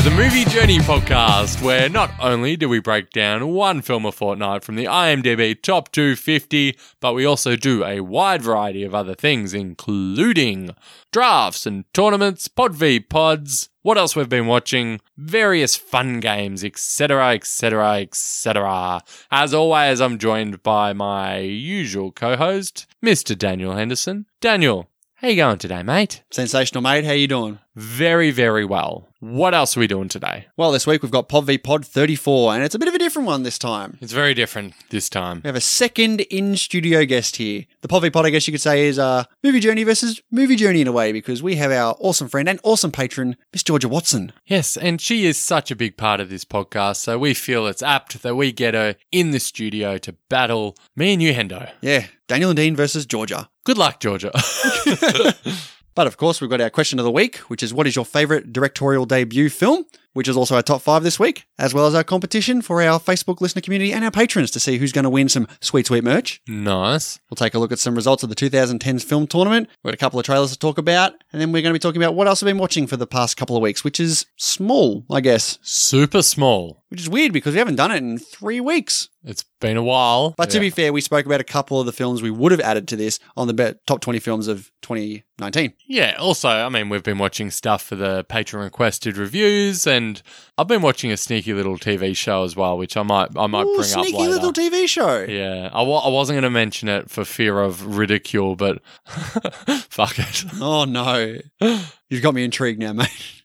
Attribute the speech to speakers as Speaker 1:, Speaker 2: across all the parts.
Speaker 1: Journey podcast, where not only do we break down one film a fortnight from the IMDb Top 250, but we also do a wide variety of other things, including drafts and tournaments, pod v pods, what else we've been watching, various fun games, etc., etc., etc. As always, I'm joined by my usual co-host, Mr. Daniel Henderson. Daniel, how you going today, mate?
Speaker 2: Sensational, mate. How you doing?
Speaker 1: Very, very well. What else are we doing today?
Speaker 2: Well, this week we've got Pod v Pod 34, and it's a bit of a different one this time.
Speaker 1: It's very different this time.
Speaker 2: We have a second in studio guest here. The Pod v Pod, I guess you could say, is uh, Movie Journey versus Movie Journey in a way, because we have our awesome friend and awesome patron, Miss Georgia Watson.
Speaker 1: Yes, and she is such a big part of this podcast, so we feel it's apt that we get her in the studio to battle me and you, Hendo.
Speaker 2: Yeah, Daniel and Dean versus Georgia.
Speaker 1: Good luck, Georgia.
Speaker 2: But of course, we've got our question of the week, which is what is your favourite directorial debut film, which is also our top five this week, as well as our competition for our Facebook listener community and our patrons to see who's going to win some sweet, sweet merch.
Speaker 1: nice.
Speaker 2: We'll take a look at some results of the 2010s film tournament. We've got a couple of trailers to talk about, and then we're going to be talking about what else I've been watching for the past couple of weeks, which is small, I guess.
Speaker 1: Super small.
Speaker 2: Which is weird because we haven't done it in three weeks.
Speaker 1: It's been a while.
Speaker 2: But to
Speaker 1: Yeah.
Speaker 2: be fair, we spoke about a couple of the films we would have added to this on the be- top 20 films of 2019.
Speaker 1: Yeah, also, I mean, we've been watching stuff for the patron requested reviews, and I've been watching a sneaky little TV show as well, which I might I might
Speaker 2: Ooh,
Speaker 1: bring
Speaker 2: sneaky
Speaker 1: up later.
Speaker 2: little TV show.
Speaker 1: yeah, I w- I wasn't going to mention it for fear of ridicule, but fuck it.
Speaker 2: Oh no. You've got me intrigued now, mate.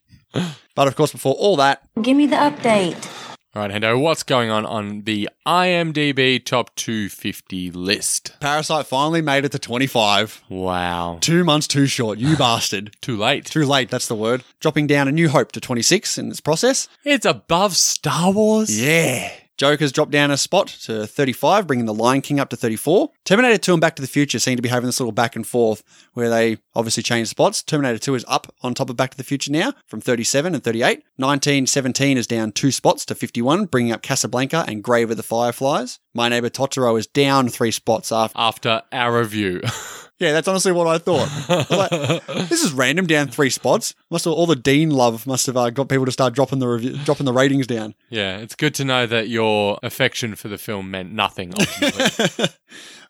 Speaker 2: But of course, before all that,
Speaker 3: Give me the update.
Speaker 1: All right, Hendo, what's going on on the IMDb top 250 list?
Speaker 2: Parasite finally made it to 25.
Speaker 1: Wow.
Speaker 2: Two months too short, you bastard.
Speaker 1: Too late.
Speaker 2: Too late, that's the word. Dropping down A New Hope to 26 in this process.
Speaker 1: It's above Star Wars?
Speaker 2: Yeah. Joker's dropped down a spot to 35, bringing The Lion King up to 34. Terminator 2 and Back to the Future seem to be having this little back and forth where they obviously change spots. Terminator 2 is up on top of Back to the Future now from 37 and 38. 1917 is down two spots to 51, bringing up Casablanca and Grave of the Fireflies. My Neighbor Totoro is down three spots after.
Speaker 1: After our review.
Speaker 2: Yeah, that's honestly what I thought. I was like, this is random down three spots. Must have, all the Dean love must have uh, got people to start dropping the review, dropping the ratings down.
Speaker 1: yeah, it's good to know that your affection for the film meant nothing ultimately.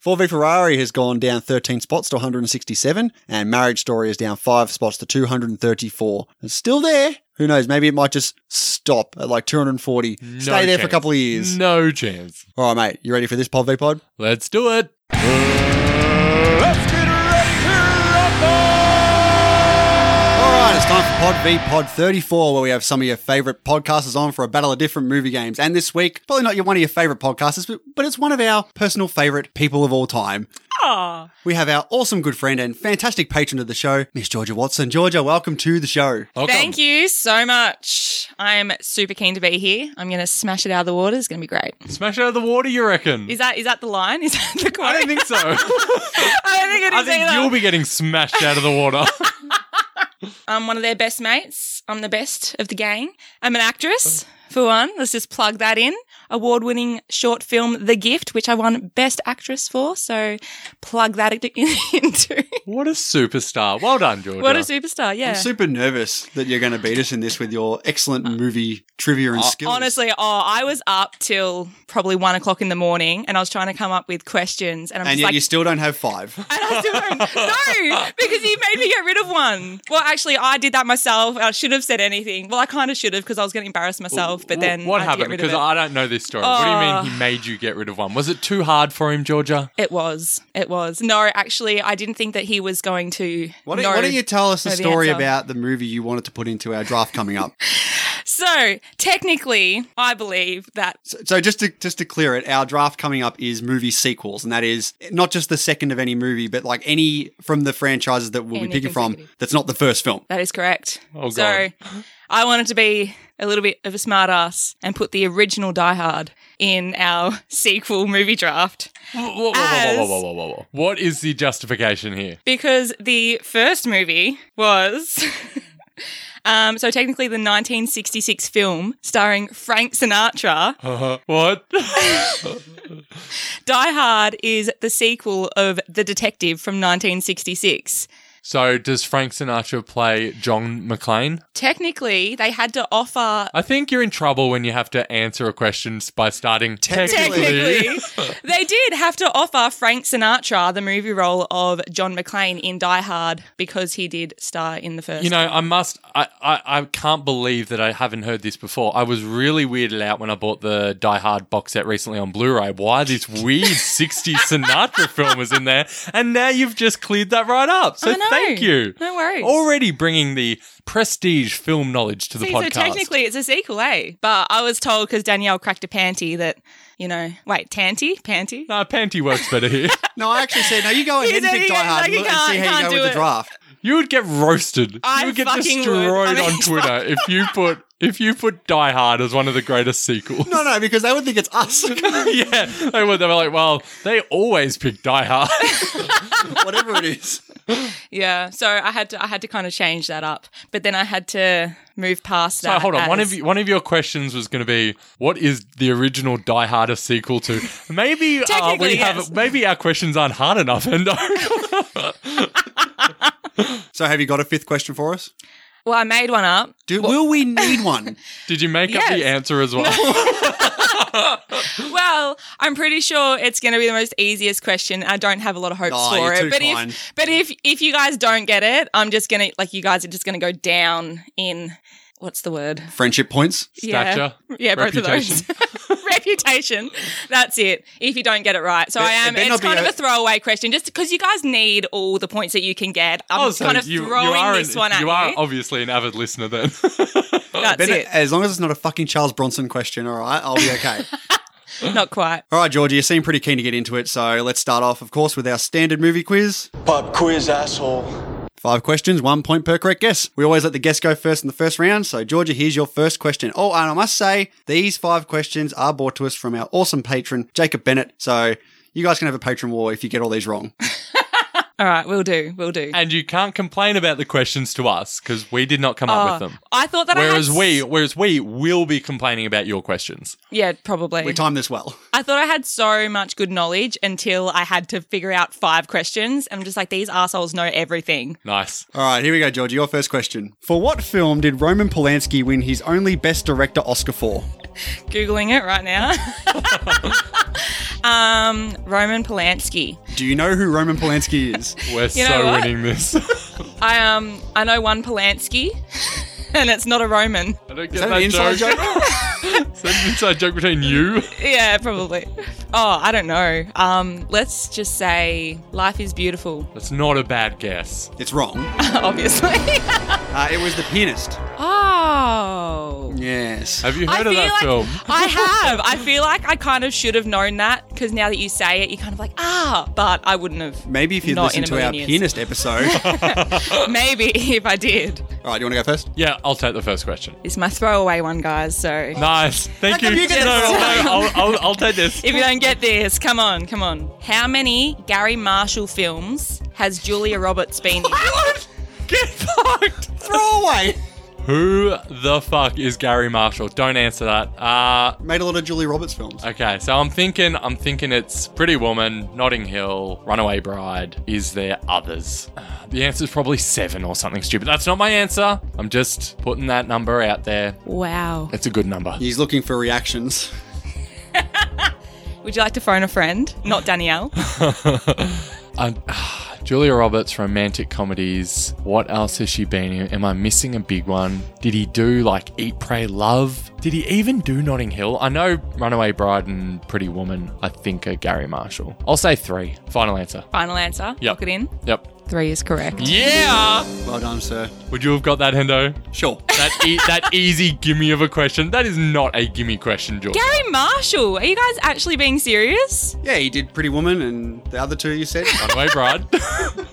Speaker 2: 4v Ferrari has gone down 13 spots to 167, and Marriage Story is down 5 spots to 234. It's still there. Who knows? Maybe it might just stop at like 240.
Speaker 1: No
Speaker 2: Stay there
Speaker 1: chance.
Speaker 2: for a
Speaker 1: Mm.
Speaker 2: couple of years.
Speaker 1: no chance.
Speaker 2: All right, mate. You ready for this Pod V Pod?
Speaker 1: Let's do it.
Speaker 2: All right, it's time for Pod V Pod 34, where we have some of your favorite podcasters on for a battle of different movie games. And this week, probably not your, one of your favorite podcasters, but, but it's one of our personal favorite people of all time. We have our awesome good friend and fantastic patron of the show, Miss Georgia Watson. Georgia, welcome to the show.
Speaker 1: Welcome.
Speaker 4: Thank you so much. I'm super keen to be here. I'm going to smash it out of the water. It's going to be great.
Speaker 1: Smash out of the water, you reckon?
Speaker 4: Is that is that the line? Is that the quote?
Speaker 1: I don't think so.
Speaker 4: I don't think it
Speaker 1: I
Speaker 4: is
Speaker 1: think
Speaker 4: either.
Speaker 1: you'll be getting smashed out of the water.
Speaker 4: I'm one of their best mates. I'm the best of the gang. I'm an actress for one. Let's just plug that in. Award-winning short film The Gift, which I won Best Actress for. So plug that in- into.
Speaker 1: what a superstar. Well done, Georgia.
Speaker 4: What a superstar! Yeah.
Speaker 2: I'm super nervous that you're going to beat us in this with your excellent movie trivia and skills.
Speaker 4: Honestly, oh, I was up till probably one o'clock in the morning, and I was trying to come up with questions, and I'm
Speaker 2: and
Speaker 4: just
Speaker 2: yet
Speaker 4: like,
Speaker 2: you still don't have five.
Speaker 4: And I still don't. No, because you made me get rid of one. Well, actually, I did that myself. I should have said anything. Well, I kind of should have because I was going to embarrass myself. But then
Speaker 1: what
Speaker 4: I had to
Speaker 1: happened?
Speaker 4: Get rid
Speaker 1: Because
Speaker 4: of it.
Speaker 1: I don't know this story. What do you
Speaker 4: Oh.
Speaker 1: mean he made you get rid of one? Was it too hard for him, Georgia?
Speaker 4: it was. It was. No, actually, I didn't think that he was going to.
Speaker 2: Why don't,
Speaker 4: know.
Speaker 2: why don't you tell us the
Speaker 4: know the
Speaker 2: story
Speaker 4: answer.
Speaker 2: about the movie you wanted to put into our draft coming up?
Speaker 4: So technically, I believe that
Speaker 2: so, so just to just to clear it, our draft coming up is movie sequels, and that is not just the second of any movie, but like any from the franchises that we'll be
Speaker 4: Any
Speaker 2: picking from
Speaker 4: consecutive.
Speaker 2: that's not the first film.
Speaker 4: that is correct.
Speaker 1: Oh,
Speaker 4: So I wanted to be a little bit of a smart ass and put the original Die Hard in our sequel movie draft.
Speaker 1: Whoa, whoa, whoa, whoa, whoa,
Speaker 4: As-
Speaker 1: whoa, whoa, whoa, whoa. What is the justification here?
Speaker 4: because the first movie was um, so technically the 1966 film starring Frank Sinatra.
Speaker 1: Oh. what?
Speaker 4: Die Hard is the sequel of The Detective from 1966.
Speaker 1: So does Frank Sinatra play John McClane?
Speaker 4: Technically, they had to offer.
Speaker 1: I think you're in trouble when you have to answer a question by starting technically.
Speaker 4: Technically, they did have to offer Frank Sinatra the movie role of John McClane in Die Hard because he did star in the first.
Speaker 1: You know, I must. I, I, I can't believe that I haven't heard this before. I was really weirded out when I bought the Die Hard box set recently on Blu-ray. Why this weird '60s Sinatra film was in there, and now you've just cleared that right up. So
Speaker 4: I know.
Speaker 1: thank you.
Speaker 4: No worries.
Speaker 1: Already bringing the prestige film knowledge to the
Speaker 4: See,
Speaker 1: podcast.
Speaker 4: so technically it's a sequel, eh? But I was told because Danielle cracked a panty that, you know, wait, tanty? Panty?
Speaker 1: Nah, panty works better here.
Speaker 2: No, I actually said, no, you go ahead and
Speaker 4: said
Speaker 2: pick
Speaker 4: he
Speaker 2: Die
Speaker 4: goes,
Speaker 2: Hard
Speaker 4: like, he
Speaker 2: and see
Speaker 4: can't-
Speaker 2: how you
Speaker 4: can't
Speaker 2: go with
Speaker 4: do
Speaker 2: the
Speaker 4: it.
Speaker 2: draft.
Speaker 1: You would get roasted.
Speaker 4: I
Speaker 1: you would get
Speaker 4: fucking would.
Speaker 1: destroyed
Speaker 4: I mean,
Speaker 1: on Twitter if you put if you put Die Hard as one of the greatest sequels.
Speaker 2: No, no, because they would think it's us.
Speaker 1: yeah, they would. They were like, well, they always pick Die Hard.
Speaker 2: Whatever it is.
Speaker 4: Yeah. So I had to I had to kind of change that up. But then I had to move past
Speaker 1: so
Speaker 4: that.
Speaker 1: hold on. One
Speaker 4: as-
Speaker 1: of you, one of your questions was going to be, what is the original Die Hard a sequel to? Maybe uh, we
Speaker 4: Technically,
Speaker 1: have
Speaker 4: yes.
Speaker 1: maybe our questions aren't hard enough, Endo.
Speaker 2: So have you got a fifth question for us?
Speaker 4: Well, I made one up.
Speaker 2: Do, will we need one?
Speaker 1: Did you make up
Speaker 4: Yes.
Speaker 1: the answer as well?
Speaker 4: Well, I'm pretty sure it's going to be the most easiest question. I don't have a lot of hopes
Speaker 2: Aw,
Speaker 4: for
Speaker 2: you're
Speaker 4: it.
Speaker 2: too
Speaker 4: but
Speaker 2: kind.
Speaker 4: if but if if you guys don't get it, I'm just going to like you guys are just going to go down in what's the word?
Speaker 2: Friendship points.
Speaker 4: Yeah.
Speaker 1: Stature.
Speaker 4: Yeah, both
Speaker 1: Reputation.
Speaker 4: of those. Reputation. That's it. If you don't get it right. So
Speaker 2: It-
Speaker 4: I am
Speaker 2: it better not
Speaker 4: it's
Speaker 2: be
Speaker 4: kind of
Speaker 2: a-
Speaker 4: a throwaway question just because you guys need all the points that you can get. I'm
Speaker 1: Oh,
Speaker 4: just
Speaker 1: so
Speaker 4: kind of
Speaker 1: you, you
Speaker 4: throwing
Speaker 1: are
Speaker 4: this
Speaker 1: an-
Speaker 4: one at you.
Speaker 1: you are obviously an avid listener then.
Speaker 4: That's
Speaker 2: Then,
Speaker 4: it.
Speaker 2: as long as it's not a fucking Charles Bronson question, all right, I'll be okay.
Speaker 4: Not quite.
Speaker 2: all right, Georgie, you seem pretty keen to get into it. So let's start off, of course, with our standard movie quiz.
Speaker 3: Pop quiz, asshole.
Speaker 2: Five questions, one point per correct guess. We always let the guest go first in the first round. So, Georgia, here's your first question. Oh, and I must say, these five questions are brought to us from our awesome patron, Jacob Bennett. So, you guys can have a patron war if you get all these wrong.
Speaker 4: All right, we'll do. We'll do.
Speaker 1: and you can't complain about the questions to us because we did not come up with them.
Speaker 4: I thought that
Speaker 1: Whereas
Speaker 4: I had
Speaker 1: we, whereas we will be complaining about your questions.
Speaker 4: Yeah, probably.
Speaker 2: We timed this well.
Speaker 4: I thought I had so much good knowledge until I had to figure out five questions. And I'm just like, these assholes know everything.
Speaker 1: Nice.
Speaker 2: All right, here we go, Georgia. Your first question. For what film did Roman Polanski win his only Best Director Oscar for?
Speaker 4: Googling it right now. um, Roman Polanski.
Speaker 2: Do you know who Roman Polanski is?
Speaker 1: We're
Speaker 4: You know
Speaker 1: so
Speaker 4: what?
Speaker 1: winning this.
Speaker 4: I um I know one Polanski, and it's not a Roman.
Speaker 1: I don't get
Speaker 2: Is that an inside joke?
Speaker 1: Is that an inside joke between you?
Speaker 4: Yeah, probably. Oh, I don't know. Um, let's just say life is beautiful.
Speaker 1: That's not a bad guess.
Speaker 2: It's wrong.
Speaker 4: Obviously.
Speaker 2: Uh, it was The Pianist.
Speaker 4: oh.
Speaker 2: Yes.
Speaker 1: Have you
Speaker 4: I
Speaker 1: heard of
Speaker 4: feel
Speaker 1: that
Speaker 4: like
Speaker 1: film?
Speaker 4: I have. I feel like I kind of should have known that because now that you say it, you kind of like ah, but I wouldn't have.
Speaker 2: Maybe if you
Speaker 4: Not
Speaker 2: listened
Speaker 4: in a
Speaker 2: to our
Speaker 4: million years.
Speaker 2: Pianist episode. all
Speaker 4: Maybe if I did.
Speaker 2: right, do you want to go first?
Speaker 1: Yeah, I'll take the first question.
Speaker 4: It's my throwaway one, guys. So
Speaker 1: Nice. Thank
Speaker 2: come
Speaker 1: you.
Speaker 2: you get
Speaker 1: no,
Speaker 2: it?
Speaker 1: no, I'll, I'll, I'll take this.
Speaker 4: if you don't get this, come on, come on. How many Gary Marshall films has Julia Roberts been in?
Speaker 1: Get fucked.
Speaker 2: Throw away.
Speaker 1: Who the fuck is Gary Marshall? Don't answer that. Uh,
Speaker 2: Made a lot of Julie Roberts films.
Speaker 1: Okay, so I'm thinking, I'm thinking it's Pretty Woman, Notting Hill, Runaway Bride. Is there others? Uh, The answer is probably seven or something stupid. That's not my answer. I'm just putting that number out there.
Speaker 4: Wow.
Speaker 1: It's a good number.
Speaker 2: He's looking for reactions.
Speaker 4: Would you like to phone a friend? Not Danielle.
Speaker 1: Um, ah, Julia Roberts, romantic comedies. What else has she been in? Am I missing a big one? Did he do like Eat, Pray, Love? Did he even do Notting Hill? I know Runaway Bride and Pretty Woman, I think, are Gary Marshall. I'll say three. Final answer.
Speaker 4: Final answer.
Speaker 1: Yep.
Speaker 4: Lock it in.
Speaker 1: Yep.
Speaker 4: Three is correct.
Speaker 1: Yeah!
Speaker 2: Well done, sir.
Speaker 1: Would you have got that, Hendo?
Speaker 2: Sure.
Speaker 1: That e- that easy gimme of a question. That is not a gimme question, George.
Speaker 4: Gary Marshall. Are you guys actually being serious?
Speaker 2: Yeah, he did Pretty Woman and the other two you said.
Speaker 1: Runaway Bride.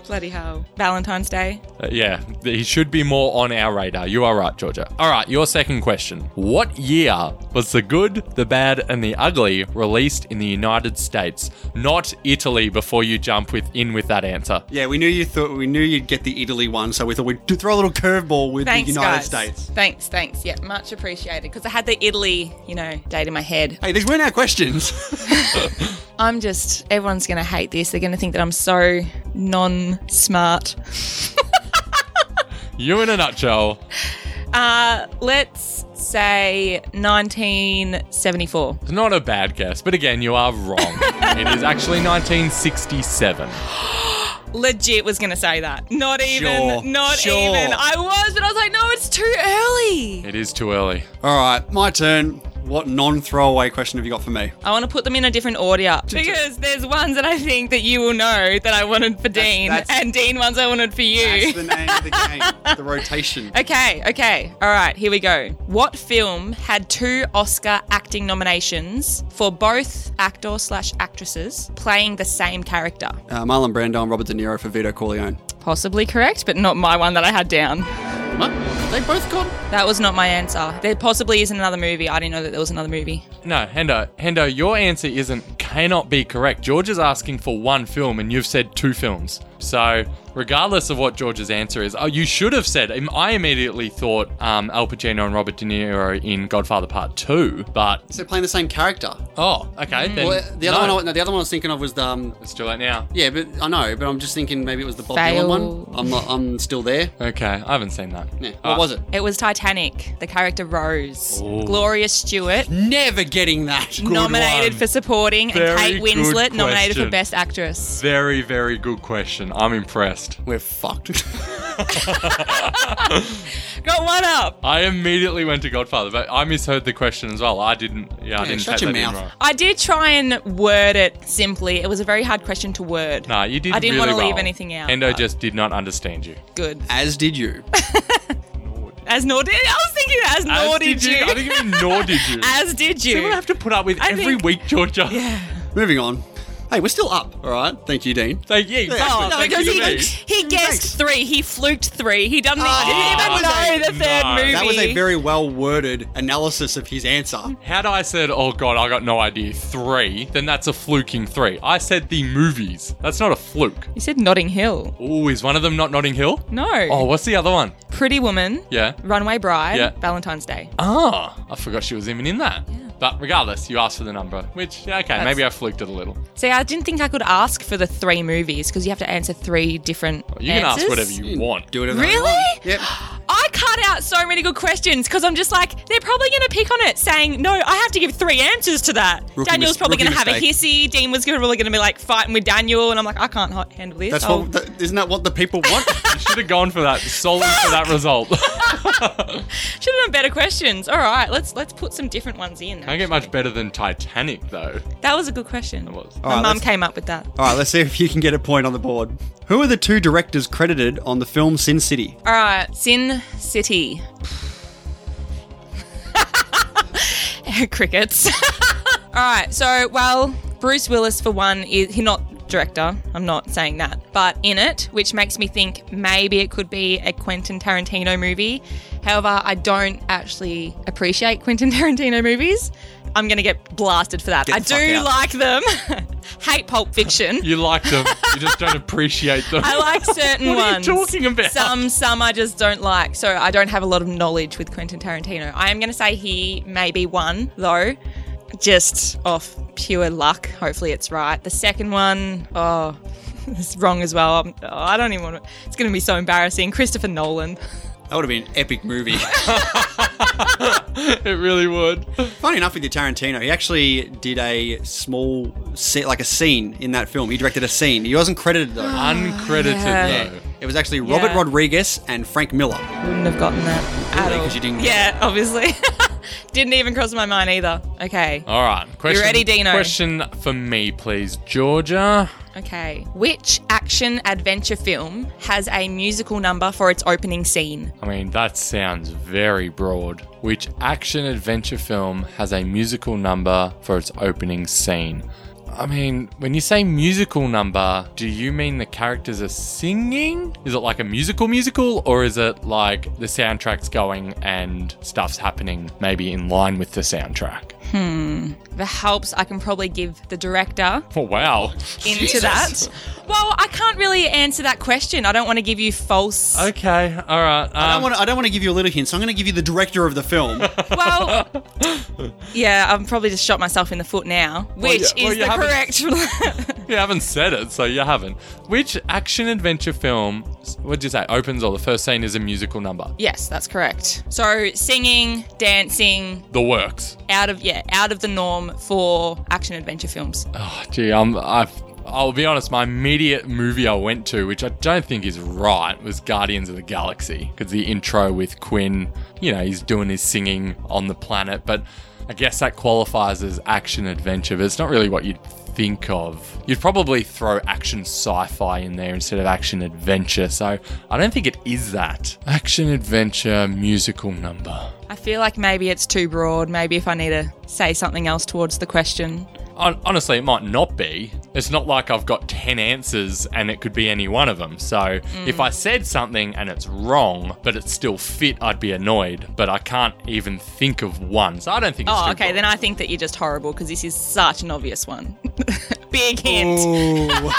Speaker 4: Bloody hell. Valentine's Day.
Speaker 1: Uh, yeah, th- he should be more on our radar. You are right, Georgia. All right, your second question. What year was The Good, The Bad, and The Ugly released in the United States? Not Italy before you jump with in with that answer.
Speaker 2: Yeah, we knew you thought we knew you'd get the Italy one, so we thought we'd do- throw a little curveball with
Speaker 4: Thanks,
Speaker 2: the United
Speaker 4: guys.
Speaker 2: States.
Speaker 4: Thanks, thanks. Yeah, much appreciated. Because I had the Italy, you know, date in my head.
Speaker 2: Hey, these weren't our questions.
Speaker 4: I'm just, everyone's going to hate this. They're going to think that I'm so non smart.
Speaker 1: You in a nutshell.
Speaker 4: Uh, let's say 1974.
Speaker 1: It's not a bad guess, but again, you are wrong. it is actually 1967.
Speaker 4: Legit was gonna say that. Not even.
Speaker 2: Sure,
Speaker 4: Not
Speaker 2: sure.
Speaker 4: even. I was, but I was like, no, it's too early.
Speaker 1: It is too early.
Speaker 2: All right, my turn. What non-throwaway question have you got for me?
Speaker 4: I want to put them in a different order because there's ones that I think that you will know that I wanted for Dean,
Speaker 2: that's-
Speaker 4: and Dean ones I wanted for you.
Speaker 2: That's the name of the game. The rotation.
Speaker 4: Okay, okay. All right, here we go. What film had two Oscar acting nominations for both actor slash actresses playing the same character?
Speaker 2: Uh, Marlon Brando and Robert De Niro for Vito Corleone.
Speaker 4: Possibly correct, but not my one that I had down.
Speaker 2: What? They both got.
Speaker 4: That was not my answer. There possibly isn't another movie. I didn't know that there was another movie.
Speaker 1: No, Hendo, Hendo, your answer isn't cannot be correct. George is asking for one film, and you've said two films. So, regardless of what George's answer is, oh, you should have said. im- I immediately thought um, Al Pacino and Robert De Niro in Godfather Part Two, but
Speaker 2: So they're playing the same character.
Speaker 1: oh, okay. Then
Speaker 2: Mm. Well, the other
Speaker 1: no.
Speaker 2: one. I, no, the other one I was thinking of was the. Um,
Speaker 1: Let's do it now.
Speaker 2: yeah, but I know, but I'm just thinking maybe it was the Bob
Speaker 4: Fail.
Speaker 2: Dylan one. I'm not. I'm still there.
Speaker 1: Okay, I haven't seen that.
Speaker 2: Yeah.
Speaker 1: Ah.
Speaker 2: What was it?
Speaker 4: It was Titanic. The character Rose,
Speaker 1: Ooh.
Speaker 4: Gloria Stewart,
Speaker 2: Never getting that.
Speaker 4: nominated
Speaker 1: one.
Speaker 4: for supporting,
Speaker 1: Very
Speaker 4: and Kate
Speaker 1: good
Speaker 4: Winslet nominated for
Speaker 1: question.
Speaker 4: best actress.
Speaker 1: Very, very good question. I'm impressed.
Speaker 2: We're fucked.
Speaker 4: Got one up.
Speaker 1: I immediately went to Godfather, but I misheard the question as well. I didn't. Yeah, I didn't
Speaker 2: shut
Speaker 1: take
Speaker 2: your
Speaker 1: that in
Speaker 2: mouth.
Speaker 1: wrong.
Speaker 4: I did try and word it simply. It was a very hard question to word.
Speaker 1: Nah, you did.
Speaker 4: I didn't
Speaker 1: really
Speaker 4: wanna leave
Speaker 1: well.
Speaker 4: anything out,
Speaker 1: Hendo
Speaker 4: but-
Speaker 1: just did not understand you.
Speaker 4: Good.
Speaker 2: As did you.
Speaker 4: As nor did I was thinking as,
Speaker 1: As
Speaker 4: nor did, you.
Speaker 1: I think even nor did you.
Speaker 4: as did you.
Speaker 1: People have to put up with
Speaker 4: I
Speaker 1: every
Speaker 4: think-
Speaker 1: week, Georgia. Yeah.
Speaker 2: Moving on. Hey, we're still up. All right. Thank you, Dean.
Speaker 1: Like, yeah, exactly.
Speaker 2: Oh,
Speaker 4: No,
Speaker 1: Thank
Speaker 4: because
Speaker 1: you to
Speaker 4: he,
Speaker 1: me.
Speaker 4: he guessed three. He fluked three. He doesn't
Speaker 1: that
Speaker 4: even
Speaker 1: was
Speaker 4: know
Speaker 1: a-
Speaker 4: the third
Speaker 1: no.
Speaker 4: movie.
Speaker 2: That was a very well worded analysis of his answer.
Speaker 1: Had I said, oh god, I got no idea, three, then that's a fluking three. I said the movies. That's not a fluke.
Speaker 4: You said Notting Hill.
Speaker 1: Ooh, is one of them not Notting Hill?
Speaker 4: No.
Speaker 1: Oh, what's the other one?
Speaker 4: Pretty Woman.
Speaker 1: Yeah.
Speaker 4: Runaway Bride.
Speaker 1: Yeah.
Speaker 4: Valentine's Day.
Speaker 1: Ah, I forgot she was even in that. But regardless, you asked for the number, which, yeah, okay, maybe I fluked it a little.
Speaker 4: See, I didn't think I could ask for the three movies because you have to answer three different.
Speaker 1: Oh, You can ask
Speaker 4: answers.
Speaker 1: whatever you want.
Speaker 2: Do whatever. you
Speaker 4: Really?
Speaker 2: want. Yep.
Speaker 4: I cut out so many good questions because I'm just like, they're probably going to pick on it, saying, no, I have to give three answers to that.
Speaker 2: Rookie
Speaker 4: Daniel's
Speaker 2: mis-
Speaker 4: probably
Speaker 2: rookie
Speaker 4: going to have a
Speaker 2: mistake.
Speaker 4: hissy. Dean was gonna- probably going to be like fighting with Daniel. And I'm like, I can't hot- handle this. Oh,
Speaker 2: That's
Speaker 4: I'll-
Speaker 2: what. That, isn't that what the people want?
Speaker 1: You should have gone for that solely for that result.
Speaker 4: Should have done better questions. All right, let's let's put some different ones in.
Speaker 1: Can't get much better than Titanic, though.
Speaker 4: That was a good question. It
Speaker 1: was.
Speaker 4: My
Speaker 2: right,
Speaker 4: mum
Speaker 2: let's-
Speaker 4: came up with that.
Speaker 2: All right, let's see if you can get a point on the board. Who are the two directors credited on the film Sin City?
Speaker 4: All right, Sin City. Crickets. All right, so well, Bruce Willis for one is he not director. I'm not saying that, but in it, which makes me think maybe it could be a Quentin Tarantino movie. However, I don't actually appreciate Quentin Tarantino movies. I'm gonna get blasted for that. I
Speaker 2: the fuck
Speaker 4: do
Speaker 2: out.
Speaker 4: like them. Hate Pulp Fiction.
Speaker 1: You like them, you just don't appreciate them.
Speaker 4: I like certain
Speaker 1: What are you
Speaker 4: ones.
Speaker 1: talking about?
Speaker 4: Some some I just don't like. So I don't have a lot of knowledge with Quentin Tarantino. I am going to say he may be one though, just off pure luck. Hopefully it's right. The second one, oh, it's wrong as well. I'm, oh, I don't even want to. It's going to be so embarrassing. Christopher Nolan.
Speaker 2: That would have been an epic movie.
Speaker 1: it really would.
Speaker 2: Funny enough, with your Tarantino, he actually did a small, se- like a scene in that film. He directed a scene. He wasn't credited though.
Speaker 1: Uncredited,
Speaker 4: yeah.
Speaker 1: though.
Speaker 2: It was actually Robert
Speaker 4: Ah, Yeah.
Speaker 2: Rodriguez and Frank Miller.
Speaker 4: Wouldn't have gotten that at
Speaker 2: Really?
Speaker 4: all.
Speaker 2: 'Cause you didn't get
Speaker 4: yeah, obviously. didn't even cross my mind either. Okay.
Speaker 2: Oh.
Speaker 1: All right. Question,
Speaker 4: ready, Dino?
Speaker 1: Question for me, please, Georgia.
Speaker 4: Okay. Which action adventure film has a musical number for its opening scene?
Speaker 1: I mean, that sounds very broad. Which action adventure film has a musical number for its opening scene? I mean, when you say musical number, do you mean the characters are singing? Is it like a musical musical, or is it like the soundtrack's going and stuff's happening maybe in line with the soundtrack?
Speaker 4: If it helps, I can probably give the director
Speaker 1: Oh, wow.
Speaker 4: into that. Well, I can't really answer that question. I don't want to give you false.
Speaker 1: Okay, all right. Um,
Speaker 2: I don't want. I don't want to give you a little hint, so I'm going to give you the director of the film.
Speaker 4: Well, yeah, I've probably just shot myself in the foot now, which
Speaker 1: yeah, well,
Speaker 4: is
Speaker 1: you
Speaker 4: the correct.
Speaker 1: You haven't said it, so you haven't. Which action adventure film, what'd you say, opens or the first scene is a musical number?
Speaker 4: Yes, that's correct. So singing, dancing,
Speaker 1: The works.
Speaker 4: out of yeah, out of the norm for action adventure films.
Speaker 1: Oh, gee, I'm, I've, I'll be honest, my immediate movie I went to, which I don't think is right, was Guardians of the Galaxy. Because the intro with Quinn, you know, he's doing his singing on the planet, but I guess that qualifies as action adventure, but it's not really what you'd think of. You'd probably throw action sci fi in there instead of action adventure, so I don't think it is that. Action adventure musical number.
Speaker 4: I feel like maybe it's too broad. Maybe if I need to say something else towards the question.
Speaker 1: Hon- honestly, it might not be. It's not like I've got 10 answers and it could be any one of them. So
Speaker 4: Mm.
Speaker 1: if I said something and it's wrong, but it's still fit, I'd be annoyed. But I can't even think of one. So I don't think it's
Speaker 4: Oh,
Speaker 1: too
Speaker 4: okay.
Speaker 1: broad.
Speaker 4: Then I think that you're just horrible because this is such an obvious one. Big hint.
Speaker 2: Ooh.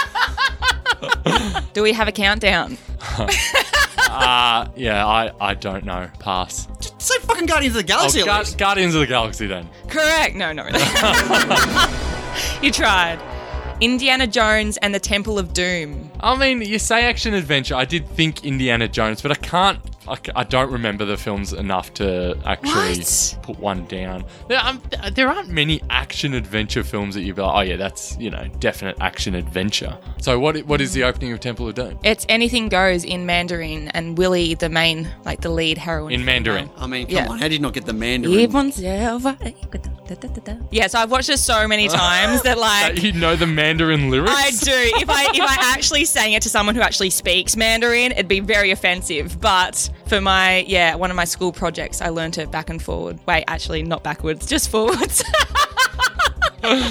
Speaker 4: Do we have a countdown?
Speaker 1: Uh, yeah, I, I don't know. Pass.
Speaker 2: Say fucking Guardians of the
Speaker 1: Oh,
Speaker 2: Galaxy. at
Speaker 1: Guar-
Speaker 2: least.
Speaker 1: Guardians of the Galaxy then.
Speaker 4: Correct. No, no. you tried. Indiana Jones and the Temple of Doom.
Speaker 1: I mean, you say action adventure. I did think Indiana Jones, but I can't. I, c- I don't remember the films enough to actually
Speaker 4: What?
Speaker 1: put one down. There, um, there aren't many action adventure films that you'd be like, oh yeah, that's you know definite action adventure. So what? i- What is the opening of Temple of Doom
Speaker 4: It's anything goes in Mandarin, and Willie, the main, like the lead heroine.
Speaker 1: in Mandarin?
Speaker 4: Oh.
Speaker 2: I mean, come
Speaker 4: Yeah.
Speaker 2: on. How did you not get the Mandarin?
Speaker 4: Yeah, so I've watched this so many times that
Speaker 1: That Uh,
Speaker 4: like
Speaker 1: you know the Mandarin
Speaker 4: I
Speaker 1: lyrics?
Speaker 4: do. If I if I actually sang it to someone who actually speaks Mandarin, it'd be very offensive. But for my yeah, one of my school projects, I learnt it back and forward. Wait, actually, not backwards, just forwards.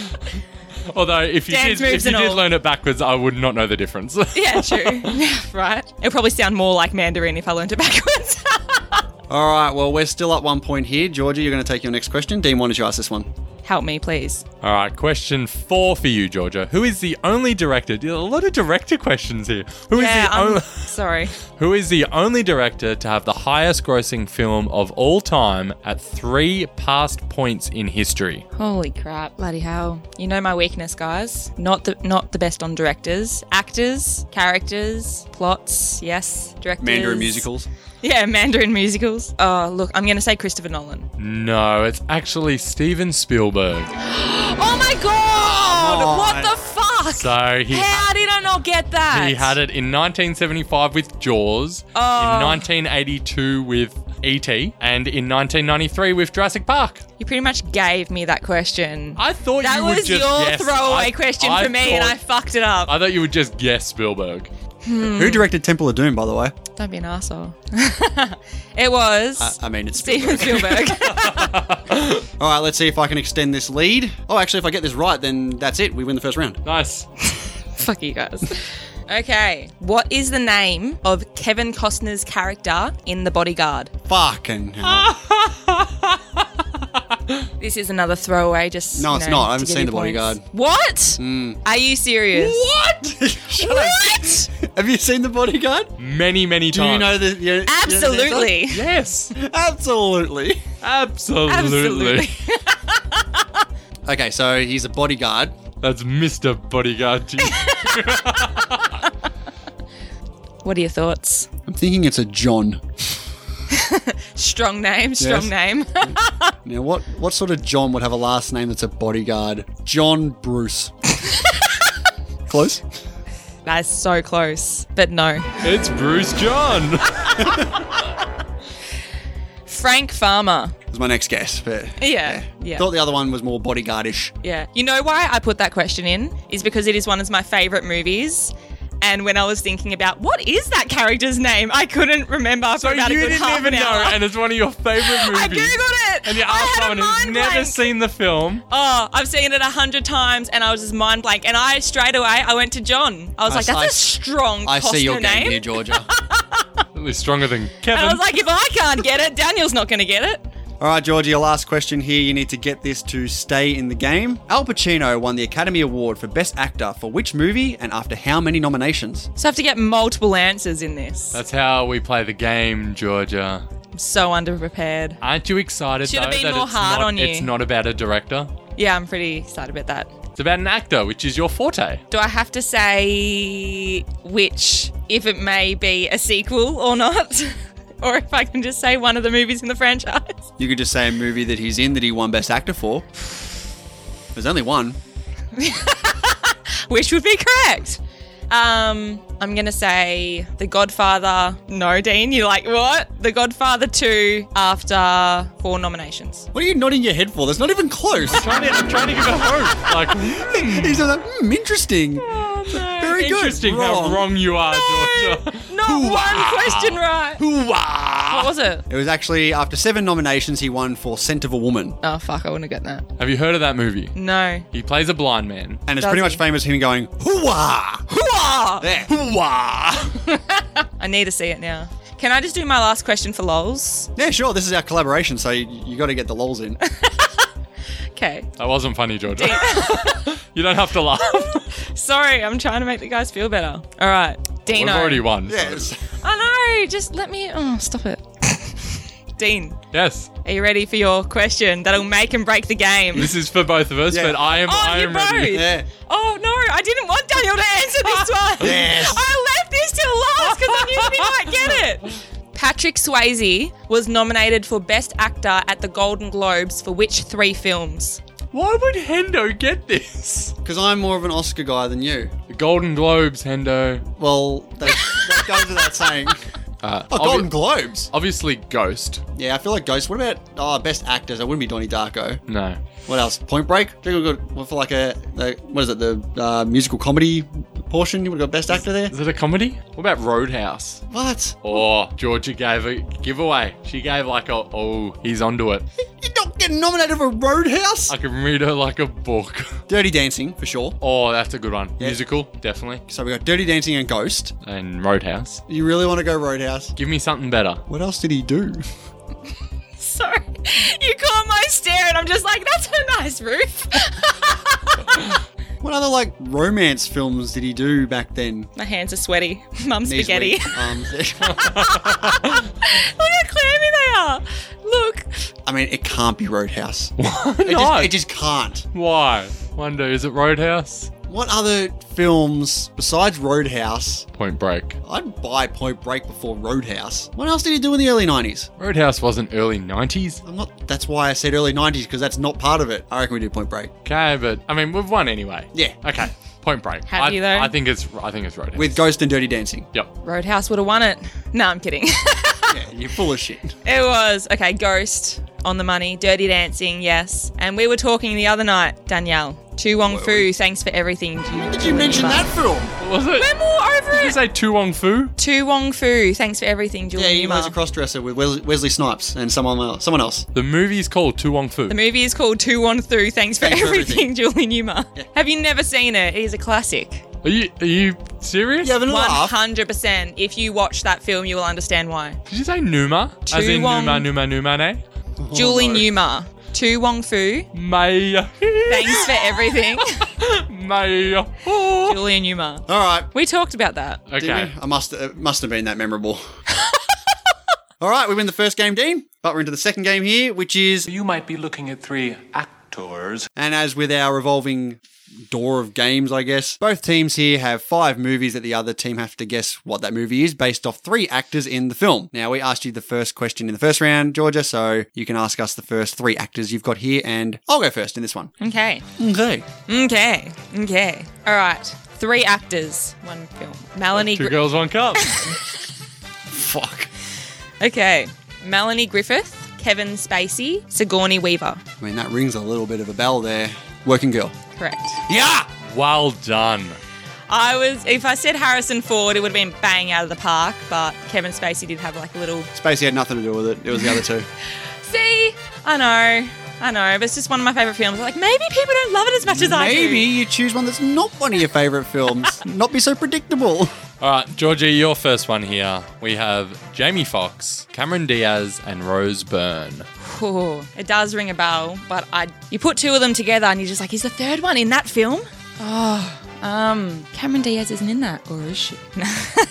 Speaker 1: Although if you
Speaker 4: Dance
Speaker 1: did, if
Speaker 4: moves
Speaker 1: you
Speaker 4: and
Speaker 1: did
Speaker 4: all.
Speaker 1: learn it backwards, I would not know the difference.
Speaker 4: yeah, true. right. It'll probably sound more like Mandarin if I learnt it backwards.
Speaker 2: All right. Well, we're still at one point here. Georgia, you're going to take your next question. Dean, why don't you ask this one?
Speaker 4: Help me, please.
Speaker 1: All right, question four for you, Georgia. Who is the only director? A lot of director questions here. Who is
Speaker 4: yeah,
Speaker 1: the
Speaker 4: I'm
Speaker 1: only?
Speaker 4: sorry.
Speaker 1: who is the only director to have the highest grossing film of all time at three past points in history.
Speaker 4: Holy crap, bloody hell. You know my weakness, guys. Not the not the best on directors. Actors, characters, plots, yes, directors.
Speaker 2: Mandarin musicals.
Speaker 4: Yeah, Mandarin musicals. Oh, look, I'm going to say Christopher Nolan.
Speaker 1: No, it's actually Steven Spielberg.
Speaker 4: Oh my god! What the fuck?
Speaker 1: So he.
Speaker 4: How did I not get that?
Speaker 1: He had it in 1975 with Jaws,
Speaker 4: Oh.
Speaker 1: in 1982 with E.T., and in 1993 with Jurassic Park.
Speaker 4: You pretty much gave me that question.
Speaker 1: I thought
Speaker 4: that
Speaker 1: you would
Speaker 4: was your
Speaker 1: just guess.
Speaker 4: throwaway
Speaker 1: I-
Speaker 4: question
Speaker 1: I
Speaker 4: for me, and I
Speaker 1: thought-
Speaker 4: fucked it up.
Speaker 1: I thought you would just guess Spielberg.
Speaker 4: Hmm.
Speaker 2: Who directed Temple of Doom, by the way?
Speaker 4: Don't be an asshole. it was
Speaker 2: I, I mean, it's
Speaker 4: Steven Spielberg.
Speaker 2: All right. Let's see if I can extend this lead. Oh, actually, if I get this right, then that's it. We win the first round.
Speaker 1: Nice.
Speaker 4: Fuck you guys. Okay, what is the name of Kevin Costner's character in The Bodyguard?
Speaker 2: Fucking. hell.
Speaker 4: This is another throwaway, just.
Speaker 2: No, it's
Speaker 4: you know,
Speaker 2: not. I haven't
Speaker 4: to give
Speaker 2: seen
Speaker 4: you
Speaker 2: The Bodyguard.
Speaker 4: points. What? Are you serious?
Speaker 2: What? Shut up.
Speaker 4: What?
Speaker 2: Have you seen The Bodyguard?
Speaker 1: Many, many
Speaker 2: Do
Speaker 1: times.
Speaker 2: you know the? your- your answer?
Speaker 4: Absolutely.
Speaker 1: Yes.
Speaker 2: Absolutely.
Speaker 1: Absolutely.
Speaker 4: Absolutely.
Speaker 2: Okay, so he's a bodyguard.
Speaker 1: That's Mr. Bodyguard to you.
Speaker 4: What are your thoughts?
Speaker 2: I'm thinking it's a John.
Speaker 4: Strong name, strong
Speaker 2: Yes.
Speaker 4: name.
Speaker 2: Now, what what sort of John would have a last name that's a bodyguard? John Bruce. Close.
Speaker 4: That's so close, but no.
Speaker 1: it's Bruce John.
Speaker 4: Frank Farmer.
Speaker 2: Was my next guess, but
Speaker 4: Yeah, yeah.
Speaker 2: thought the other one was more bodyguardish.
Speaker 4: Yeah. You know why I put that question in? Is because it is one of my favourite movies. And when I was thinking about what is that character's name, I couldn't remember
Speaker 1: so
Speaker 4: for about
Speaker 1: you
Speaker 4: a good
Speaker 1: didn't
Speaker 4: half
Speaker 1: even
Speaker 4: an
Speaker 1: know,
Speaker 4: hour.
Speaker 1: and it's one of your favorite movies.
Speaker 4: I googled it.
Speaker 1: And you
Speaker 4: I
Speaker 1: asked
Speaker 4: had a
Speaker 1: someone who's
Speaker 4: mind
Speaker 1: never
Speaker 4: blank.
Speaker 1: seen the film.
Speaker 4: Oh, I've seen it a hundred times, and I was just mind blank. And I straight away I went to John. I was
Speaker 2: I s-
Speaker 4: like, "That's a
Speaker 2: I s-
Speaker 4: strong
Speaker 2: I
Speaker 4: Costner
Speaker 2: see your game
Speaker 4: name."
Speaker 2: here, Georgia.
Speaker 1: At least stronger than
Speaker 4: and
Speaker 1: Kevin.
Speaker 4: I was like, "If I can't get it, Daniel's not going to get it."
Speaker 2: All right, Georgia, your last question here. You need to get this to stay in the game. Al Pacino won the Academy Award for Best Actor for which movie and after how many nominations?
Speaker 4: So I have to get multiple answers in this.
Speaker 1: That's how we play the game, Georgia.
Speaker 4: I'm so underprepared.
Speaker 1: Aren't you excited
Speaker 4: Should
Speaker 1: though
Speaker 4: have been
Speaker 1: that
Speaker 4: more
Speaker 1: it's
Speaker 4: hard
Speaker 1: not
Speaker 4: on you.
Speaker 1: it's not about a director?
Speaker 4: Yeah, I'm pretty excited about that.
Speaker 1: It's about an actor, which is your forte.
Speaker 4: Do I have to say which, if it may be a sequel or not? or if I can just say one of the movies in the franchise?
Speaker 2: You could just say a movie that he's in that he won Best Actor for. There's only one.
Speaker 4: Which would be correct? Um, I'm gonna say The Godfather. No, Dean, you're like what? The Godfather two after four nominations.
Speaker 2: What are you nodding your head for? That's not even close.
Speaker 1: Trying to, I'm trying to give a hope. Like, hmm,
Speaker 2: he's like, hmm, interesting.
Speaker 4: Oh no!
Speaker 2: Very good.
Speaker 1: interesting how wrong you are, Georgia.
Speaker 4: Not one question right. What
Speaker 2: Hoo-wah.
Speaker 4: was it?
Speaker 2: It was actually after seven nominations, he won for Scent of a Woman.
Speaker 4: Oh fuck! I wouldn't have gotten that.
Speaker 1: Have you heard of that movie?
Speaker 4: No.
Speaker 1: He plays a blind man.
Speaker 2: And it's
Speaker 4: Does
Speaker 2: pretty
Speaker 4: he?
Speaker 2: much famous him going, hoo-wah.
Speaker 4: Hoo-ah!
Speaker 2: There. Hoo-wah.
Speaker 4: I need to see it now. Can I just do my last question for lols?
Speaker 2: Yeah, sure. This is our collaboration, so you, you got to get the lols in.
Speaker 4: Okay.
Speaker 1: That wasn't funny, Georgia. you don't have to laugh.
Speaker 4: Sorry, I'm trying to make the guys feel better. All right.
Speaker 1: We've
Speaker 4: Dino.
Speaker 1: already won. so-
Speaker 2: yes.
Speaker 4: I know. Just let me. Oh, stop it. Dean,
Speaker 1: Yes.
Speaker 4: are you ready for your question that'll make and break the game?
Speaker 1: This is for both of us,
Speaker 2: Yeah.
Speaker 1: but I am.
Speaker 4: Oh,
Speaker 1: I
Speaker 4: you
Speaker 1: am ready.
Speaker 4: both.
Speaker 2: Yeah.
Speaker 4: Oh no, I didn't want Daniel to answer this one.
Speaker 2: Yes.
Speaker 4: I left this till last because I knew that he might get it. Patrick Swayze was nominated for Best Actor at the Golden Globes for which three films?
Speaker 1: Why would Hendo get this?
Speaker 2: Because I'm more of an Oscar guy than you.
Speaker 1: The Golden Globes, Hendo.
Speaker 2: Well, that, that goes without saying.
Speaker 1: Uh,
Speaker 2: Oh,
Speaker 1: obvi-
Speaker 2: Golden Globes.
Speaker 1: obviously, Ghost.
Speaker 2: Yeah, I feel like Ghost. What about oh, best actors? I wouldn't be Donnie Darko.
Speaker 1: No.
Speaker 2: What else? Point Break. I think we got what for like a, the what is it? The uh, musical comedy portion. You would have got best actor there.
Speaker 1: Is it a comedy? What about Roadhouse?
Speaker 2: What?
Speaker 1: Or Georgia gave a giveaway. She gave like a oh, he's onto it.
Speaker 2: You're not getting nominated for Roadhouse?
Speaker 1: I can read her like a book.
Speaker 2: Uh, Dirty Dancing for sure.
Speaker 1: Oh, that's a good one.
Speaker 2: Yeah.
Speaker 1: Musical, definitely.
Speaker 2: So we got Dirty Dancing and Ghost.
Speaker 1: And Roadhouse.
Speaker 2: You really want to go Roadhouse?
Speaker 1: Give me something better.
Speaker 2: What else did he do?
Speaker 4: Sorry, you caught my stare, and I'm just like, that's a nice roof.
Speaker 2: What other like romance films did he do back then?
Speaker 4: my hands are sweaty. Mum's
Speaker 2: Knees
Speaker 4: spaghetti.
Speaker 2: weak, Um,
Speaker 4: Look how clammy they are. Look.
Speaker 2: I mean, it can't be Roadhouse. It,
Speaker 1: Why
Speaker 2: just,
Speaker 1: not?
Speaker 2: it just can't.
Speaker 1: Why? Wonder, is it Roadhouse?
Speaker 2: What other films besides Roadhouse?
Speaker 1: Point Break.
Speaker 2: I'd buy Point Break before Roadhouse. What else did he do in the early 90s?
Speaker 1: Roadhouse wasn't early 90s.
Speaker 2: I'm not. That's why I said early 90s because that's not part of it. I reckon we do Point Break.
Speaker 1: Okay, but I mean, we've won anyway.
Speaker 2: Yeah,
Speaker 1: Okay, Point Break.
Speaker 4: Have
Speaker 1: I,
Speaker 4: you, though?
Speaker 1: I think it's I think it's Roadhouse.
Speaker 2: with Ghost and Dirty Dancing.
Speaker 1: Yep.
Speaker 4: Roadhouse would have won it. No, I'm kidding.
Speaker 2: Yeah, you're full of shit.
Speaker 4: it was, okay, Ghost, On the Money, Dirty Dancing, yes. And we were talking the other night, Danielle. Tu Wong
Speaker 2: Were
Speaker 4: Fu, thanks for everything.
Speaker 2: Did you mention that film?
Speaker 1: What was it?
Speaker 4: We're more over
Speaker 1: Did you
Speaker 4: it.
Speaker 1: say Tu Wong Fu?
Speaker 4: Tu Wong Fu, thanks for everything, Julie.
Speaker 2: Yeah, he
Speaker 4: Newmar.
Speaker 2: was a crossdresser with Wes- Wesley Snipes and someone else. Someone else.
Speaker 1: The movie's called Tu Wong Fu.
Speaker 4: The movie is called Two One Through. Thanks for
Speaker 2: Thanks for
Speaker 4: everything, Julie Newmar. Have you never seen it? It is a classic.
Speaker 1: Are you are you serious?
Speaker 2: You having a
Speaker 4: One
Speaker 2: laugh?
Speaker 4: hundred percent. If you watch that film, you will understand why.
Speaker 1: Did you say Numa? As in
Speaker 4: Wong-
Speaker 1: Numa Numa Numane?
Speaker 4: Julie
Speaker 2: Oh, no.
Speaker 4: Newmar, Tu Wong Fu.
Speaker 1: Maya.
Speaker 4: Thanks for everything,
Speaker 1: Maya.
Speaker 4: Julie Newmar.
Speaker 2: All right.
Speaker 4: We talked about that.
Speaker 2: Did
Speaker 1: Okay.
Speaker 2: we? I must. It must have been that memorable. All right, we win the first game, Dean. But we're into the second game here, which is
Speaker 3: You might be looking at three actors.
Speaker 2: And as with our revolving door of games, I guess, both teams here have five movies that the other team have to guess what that movie is based off three actors in the film. Now, we asked you the first question in the first round, Georgia, so you can ask us the first three actors you've got here, and I'll go first in this one.
Speaker 4: Okay.
Speaker 2: Okay.
Speaker 4: Okay. Okay. All right. Three actors, one film. Melanie.
Speaker 1: Two
Speaker 4: Gri-
Speaker 1: girls, one cup.
Speaker 2: Fuck.
Speaker 4: okay. Melanie Griffith, Kevin Spacey, Sigourney Weaver.
Speaker 2: I mean, that rings a little bit of a bell there. Working Girl.
Speaker 4: Correct.
Speaker 2: Yeah!
Speaker 1: well done.
Speaker 4: I was, if I said Harrison Ford, it would have been bang out of the park, but Kevin Spacey did have like a little.
Speaker 2: Spacey had nothing to do with it, it was the other two.
Speaker 4: See, I know, I know, but it's just one of my favourite films. Like, maybe people don't love it as much as I do.
Speaker 2: Maybe you choose one that's not one of your favourite films. not be so predictable.
Speaker 1: All right, Georgie, your first one here. We have Jamie Foxx, Cameron Diaz, and Rose Byrne.
Speaker 4: Ooh, it does ring a bell, but I, you put two of them together and you're just like, is the third one in that film? Oh, um, Cameron Diaz isn't in that, or is she?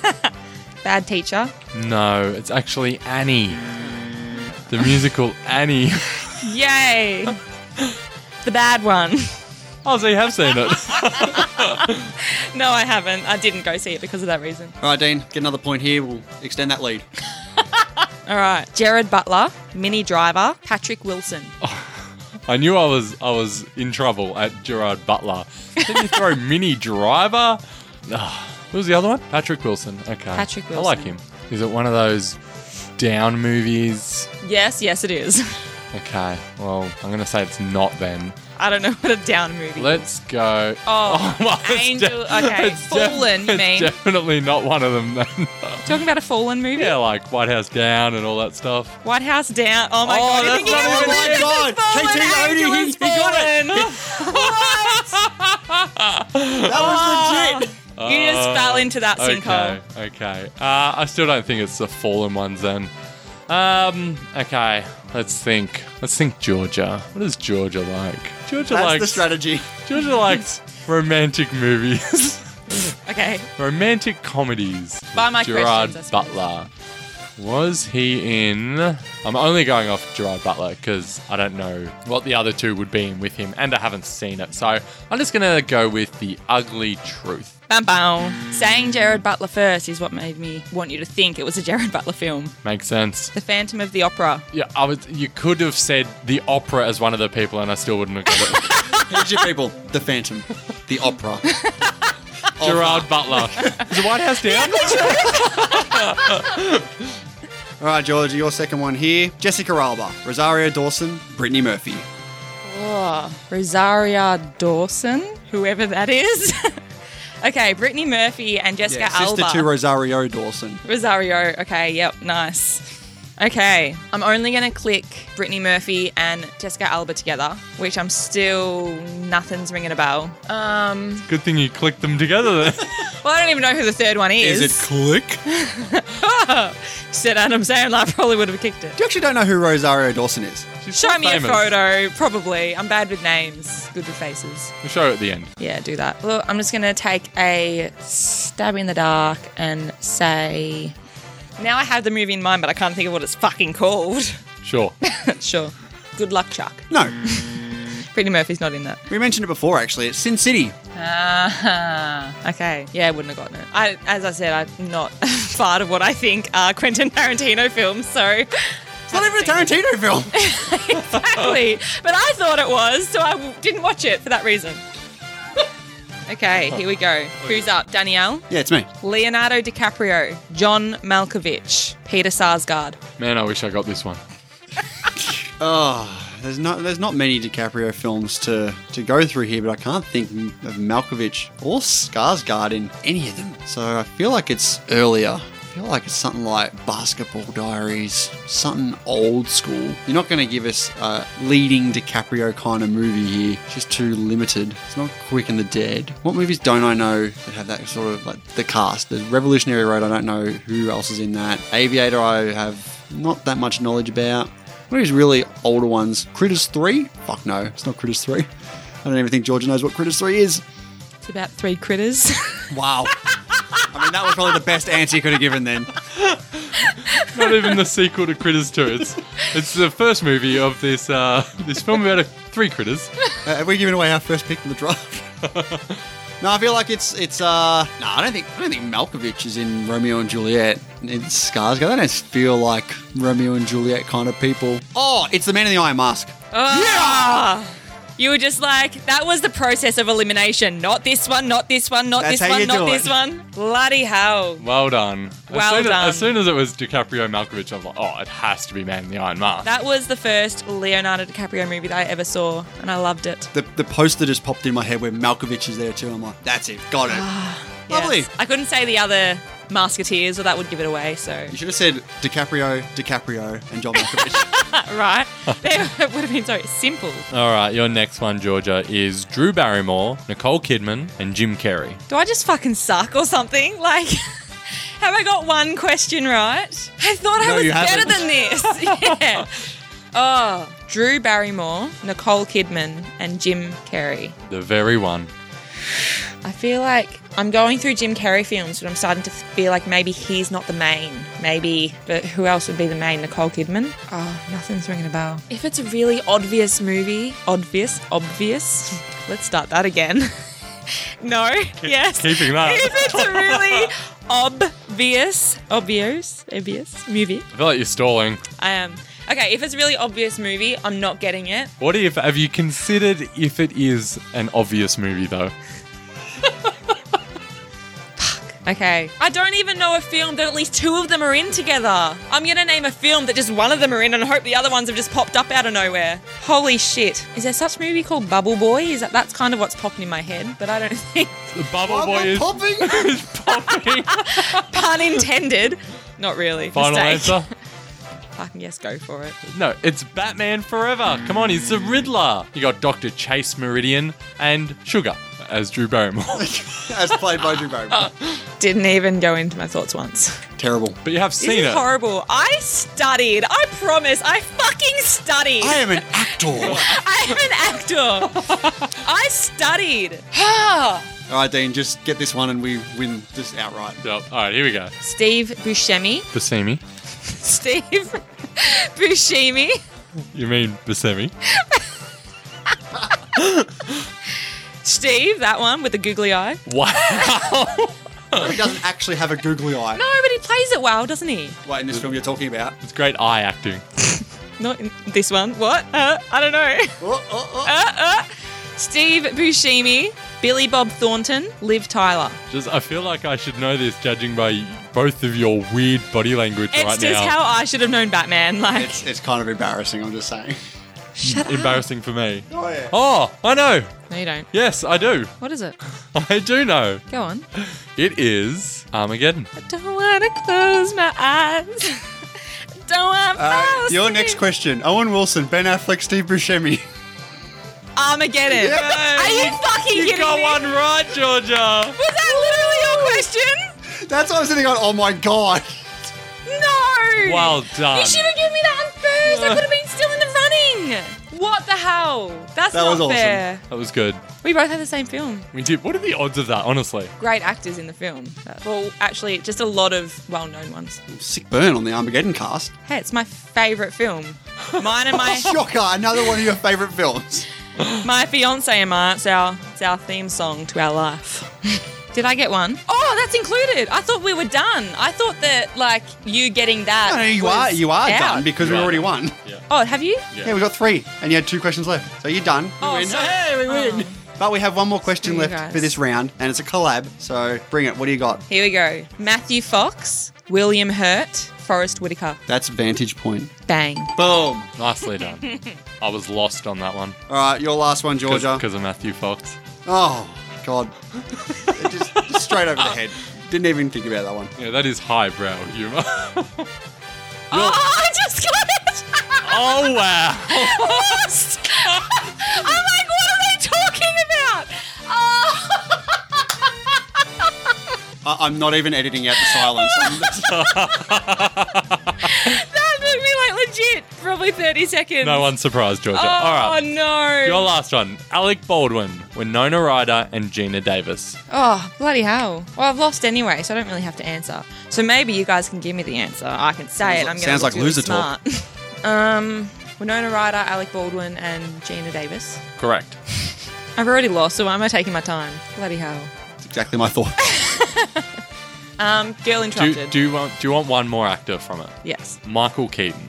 Speaker 4: Bad teacher.
Speaker 1: No, it's actually Annie. The musical Annie.
Speaker 4: Yay. the bad one.
Speaker 1: Oh, so you have seen it.
Speaker 4: No, I haven't. I didn't go see it because of that reason.
Speaker 2: All right, Dean, get another point here. We'll extend that lead.
Speaker 4: All right. Jared Butler, Minnie Driver, Patrick Wilson.
Speaker 1: I knew I was I was in trouble at Gerard Butler. Didn't you throw Mini Driver? Ugh. Who was the other one? Patrick Wilson. Okay.
Speaker 4: Patrick
Speaker 1: I like
Speaker 4: Wilson.
Speaker 1: him. Is it one of those down movies?
Speaker 4: Yes, yes, it is.
Speaker 1: Okay. Well, I'm gonna say it's not then.
Speaker 4: I don't know what a down movie
Speaker 1: Let's go.
Speaker 4: Oh,
Speaker 1: it's
Speaker 4: Angel- okay.
Speaker 1: it's
Speaker 4: Fallen, you
Speaker 1: it's
Speaker 4: mean?
Speaker 1: definitely not one of them. Then.
Speaker 4: is. Talking about a fallen movie?
Speaker 1: yeah, like White House Down and all that stuff.
Speaker 4: White House Down. Oh my
Speaker 1: Oh,
Speaker 4: god.
Speaker 1: that's
Speaker 4: you think
Speaker 1: not
Speaker 4: everyone
Speaker 1: even-
Speaker 4: watches
Speaker 2: God,
Speaker 4: this fallen
Speaker 2: KT Rooney,
Speaker 4: angel
Speaker 2: he-
Speaker 4: is
Speaker 2: he got
Speaker 4: fallen.
Speaker 2: That was legit.
Speaker 4: You just fell into that sinkhole.
Speaker 1: Okay, okay. Uh, I still don't think it's the fallen ones then. Um, okay, let's think. Let's think Georgia. What is Georgia like? Georgia
Speaker 2: That's the
Speaker 1: likes
Speaker 2: strategy.
Speaker 1: Georgia likes romantic movies,
Speaker 4: Okay.
Speaker 1: romantic comedies.
Speaker 4: By my
Speaker 1: Gerard
Speaker 4: questions, I suppose.
Speaker 1: Butler. Was he in? I'm only going off Gerard Butler because I don't know what the other two would be in with him, and I haven't seen it. So I'm just gonna go with the ugly truth.
Speaker 4: Bam bam. Saying Jared Butler first is what made me want you to think it was a Jared Butler film.
Speaker 1: Makes sense.
Speaker 4: The Phantom of the Opera.
Speaker 1: Yeah, I was. You could have said the opera as one of the people, and I still wouldn't have got it.
Speaker 2: Here's your people. The Phantom. The Opera.
Speaker 1: Gerard Butler. Is the White House down?
Speaker 2: All right, Georgia, your second one here. Jessica Alba, Rosario Dawson, Brittany Murphy.
Speaker 4: Oh, Rosaria Dawson, whoever that is. okay, Brittany Murphy and Jessica Alba.
Speaker 2: sister to Rosario Dawson.
Speaker 4: Rosario. Okay, yep, nice. Okay, I'm only going to click Brittany Murphy and Jessica Alba together, which I'm still nothing's ringing a bell. Um,
Speaker 1: Good thing you clicked them together. Then.
Speaker 4: well, I don't even know who the third one is.
Speaker 1: click?
Speaker 4: Said Adam Sandler probably would have kicked it.
Speaker 2: You actually don't know who Rosario Dawson is.
Speaker 1: She's
Speaker 4: Show
Speaker 1: quite
Speaker 4: me
Speaker 1: famous.
Speaker 4: a photo, probably. I'm bad with names, good with faces.
Speaker 1: We'll show it at the end.
Speaker 4: Yeah, do that. Look, I'm just going to take a stab in the dark and say. Now I have the movie in mind, but I can't think of what it's fucking called.
Speaker 1: Sure.
Speaker 4: sure. Good luck, Chuck.
Speaker 2: No,
Speaker 4: Brittany Murphy's not in that.
Speaker 2: we mentioned it before, actually. It's Sin City.
Speaker 4: Ah, okay. Yeah, I wouldn't have gotten it. I, as I said, I'm not part of what I think are Quentin Tarantino films, so.
Speaker 2: It's not even a Tarantino film.
Speaker 4: Exactly. But I thought it was, so I w- didn't watch it for that reason. okay, here we go. Who's up? Danielle,
Speaker 2: yeah, it's me.
Speaker 4: Leonardo DiCaprio, John Malkovich, Peter Sarsgaard.
Speaker 1: Man, I wish I got this one.
Speaker 2: Oh, there's not there's not many DiCaprio films to, to go through here, but I can't think of Malkovich or Skarsgård in any of them. So I feel like it's earlier. I feel like it's something like Basketball Diaries, something old school. You're not going to give us a leading DiCaprio kind of movie here. It's just too limited. It's not Quick and the Dead. What movies don't I know that have that sort of like the cast? There's Revolutionary Road. I don't know who else is in that. Aviator. I have not that much knowledge about. What are these really older ones? Critters 3? Fuck no, it's not Critters 3. I don't even think Georgia knows what Critters 3 is.
Speaker 4: It's about three critters.
Speaker 2: Wow. I mean, that was probably the best answer you could have given then.
Speaker 1: Not even the sequel to Critters 2. It's it's the first movie of this uh, this film about a, three critters.
Speaker 2: Uh, have we given away our first pick in the draft? no, I feel like it's it's uh no, I don't think I don't think Malkovich is in Romeo and Juliet. It's Skarsgård. I don't feel like Romeo and Juliet kind of people. Oh, it's the man in the iron mask.
Speaker 4: Ah. You were just like, that was the process of elimination. Not this one, not this one, not
Speaker 2: That's
Speaker 4: this
Speaker 2: how you
Speaker 4: one, not
Speaker 2: do
Speaker 4: this
Speaker 2: it.
Speaker 4: one. Bloody hell.
Speaker 1: Well done.
Speaker 4: Well
Speaker 1: as soon As,
Speaker 4: done.
Speaker 1: as soon as it was DiCaprio Malkovich, I was like, oh, it has to be Man in the Iron Mask.
Speaker 4: That was the first Leonardo DiCaprio movie that I ever saw, and I loved it.
Speaker 2: The the poster just popped in my head where Malkovich is there too. I'm like, that's it, got it. Lovely.
Speaker 4: Yes. I couldn't say the other Musketeers, or that would give it away. So
Speaker 2: You should have said DiCaprio, DiCaprio, and John Malkovich.
Speaker 4: right, it would have been so simple.
Speaker 1: All right, your next one, Georgia, is Drew Barrymore, Nicole Kidman, and Jim Carrey.
Speaker 4: Do I just fucking suck or something? Like, have I got one question right? I thought I
Speaker 2: No,
Speaker 4: was
Speaker 2: you haven't.
Speaker 4: better than this. yeah. Oh, Drew Barrymore, Nicole Kidman, and Jim Carrey.
Speaker 1: The very one.
Speaker 4: I feel like I'm going through Jim Carrey films, but I'm starting to feel like maybe he's not the main. Maybe, but who else would be the main? Nicole Kidman? Oh, nothing's ringing a bell. If it's a really obvious movie, obvious, obvious, Let's start that again. no. Yes.
Speaker 1: Keeping that.
Speaker 4: If it's a really obvious, obvious, obvious movie,
Speaker 1: I feel like you're stalling.
Speaker 4: I am. Okay, if it's a really obvious movie, I'm not getting it.
Speaker 1: What if have you considered if it is an obvious movie though?
Speaker 4: Okay. I don't even know a film that at least two of them are in together. I'm gonna name a film that just one of them are in and hope the other ones have just popped up out of nowhere. Holy shit. Is there such movie called Bubble Boy? Is that that's kind of what's popped in my head, but I don't think
Speaker 1: The bubble boy is,
Speaker 2: popping.
Speaker 1: is popping.
Speaker 4: pun intended. Not really.
Speaker 1: Final
Speaker 4: Mistake.
Speaker 1: answer.
Speaker 4: Fucking yes, go for it.
Speaker 1: No, it's Batman Forever. Come on, he's the Riddler. You got Doctor Chase Meridian and Sugar as Drew Barrymore.
Speaker 2: As played by Drew Barrymore.
Speaker 4: Didn't even go into my thoughts once.
Speaker 2: Terrible.
Speaker 1: But you have
Speaker 4: This
Speaker 1: seen
Speaker 4: is
Speaker 1: it.
Speaker 4: horrible. I studied. I promise. I fucking studied.
Speaker 2: I am an actor. All
Speaker 4: I'm an actor. I studied. Ha!
Speaker 2: right, Dean, just get this one and we win just outright.
Speaker 1: Yep. All right, here we go.
Speaker 4: Steve Buscemi.
Speaker 1: Buscemi.
Speaker 4: Steve Buscemi.
Speaker 1: You mean Buscemi?
Speaker 4: Steve, that one with the googly eye.
Speaker 1: Wow.
Speaker 2: He doesn't actually have a googly eye.
Speaker 4: No, but he plays it well, doesn't he?
Speaker 2: Wait, in this film you're talking about.
Speaker 1: it's great eye acting.
Speaker 4: Not in this one. What? Uh, I don't know. Uh,
Speaker 2: Oh, oh, oh.
Speaker 4: Steve Buscemi, Billy Bob Thornton, Liv Tyler.
Speaker 1: Just, I feel like I should know this judging by both of your weird body language
Speaker 4: It's
Speaker 1: right
Speaker 4: just
Speaker 1: now.
Speaker 4: how I should have known Batman. Like,
Speaker 2: It's, it's kind of embarrassing, I'm just saying.
Speaker 1: Embarrassing for me.
Speaker 2: Oh, yeah.
Speaker 1: Oh, I know.
Speaker 4: no, you don't.
Speaker 1: Yes, I do.
Speaker 4: What is it?
Speaker 1: I do know.
Speaker 4: Go on.
Speaker 1: It is Armageddon.
Speaker 4: I don't want to close my eyes. don't want to
Speaker 2: Uh,
Speaker 4: close
Speaker 2: your
Speaker 4: me.
Speaker 2: next question Owen Wilson, Ben Affleck, Steve Buscemi.
Speaker 4: Armageddon. Are you fucking
Speaker 1: You
Speaker 4: kidding
Speaker 1: got
Speaker 4: me?
Speaker 1: one right, Georgia.
Speaker 4: Was that literally your question?
Speaker 2: That's what I was sitting on. Oh my god.
Speaker 4: No.
Speaker 1: Well done.
Speaker 4: You should have given me that on first. I could have been still in the running. What the hell? That's
Speaker 2: That
Speaker 4: not
Speaker 2: was awesome.
Speaker 4: fair.
Speaker 1: That was good.
Speaker 4: We both have the same film.
Speaker 1: We did. What are the odds of that, honestly?
Speaker 4: Great actors in the film. Well, actually, just a lot of well-known ones.
Speaker 2: Sick burn on the Armageddon cast.
Speaker 4: Hey, it's my favourite film. Mine and my
Speaker 2: Shocker, another one of your favourite films.
Speaker 4: my fiance and my it's our it's our theme song to our life. Did I get one? Oh, that's included. I thought we were done. I thought that like you getting that.
Speaker 2: No, no, you
Speaker 4: was
Speaker 2: are you are
Speaker 4: out.
Speaker 2: done because
Speaker 1: You
Speaker 2: we
Speaker 1: are
Speaker 2: already
Speaker 1: done.
Speaker 2: won.
Speaker 4: Oh, have you?
Speaker 1: Yeah.
Speaker 2: Yeah, we got three, and you had two questions left. So you're done.
Speaker 4: Oh,
Speaker 1: win.
Speaker 4: sorry.
Speaker 1: Hey, we win.
Speaker 2: But we have one more question
Speaker 4: You
Speaker 2: left
Speaker 4: guys.
Speaker 2: for this round, and it's a collab. So bring it. What do you got?
Speaker 4: Here we go. Matthew Fox, William Hurt, Forrest Whitaker.
Speaker 2: That's vantage point.
Speaker 4: Bang.
Speaker 2: Boom. All
Speaker 1: Nicely done. I was lost on that one
Speaker 2: right, your last one, Georgia.
Speaker 1: because of Matthew Fox.
Speaker 2: Oh God. It just, just straight over the head. Didn't even think about that one.
Speaker 1: Yeah, that is highbrow humor.
Speaker 4: Oh, I just got it.
Speaker 1: oh wow!
Speaker 4: Lost. I'm like, what are they talking about? Oh.
Speaker 2: I- I'm not even editing out the silence. I'm-
Speaker 4: That took me like legit probably 30 seconds.
Speaker 1: No one's surprised, Georgia.
Speaker 4: Oh,
Speaker 1: All right.
Speaker 4: no.
Speaker 1: Your last one, Alec Baldwin, Winona Ryder, and Gina Davis.
Speaker 4: oh, bloody hell. Well, I've lost anyway, so I don't really have to answer. So maybe you guys can give me the answer. I can say it. I'm going
Speaker 2: Sounds like loser talk.
Speaker 4: talk. um, Winona Ryder, Alec Baldwin, and Gina Davis.
Speaker 1: Correct.
Speaker 4: I've already lost, so why am I taking my time? Bloody hell.
Speaker 2: That's exactly my thought.
Speaker 4: Um, girl
Speaker 1: Do,
Speaker 4: interrupted.
Speaker 1: do you want do you want one more actor from it?
Speaker 4: Yes.
Speaker 1: Michael Keaton.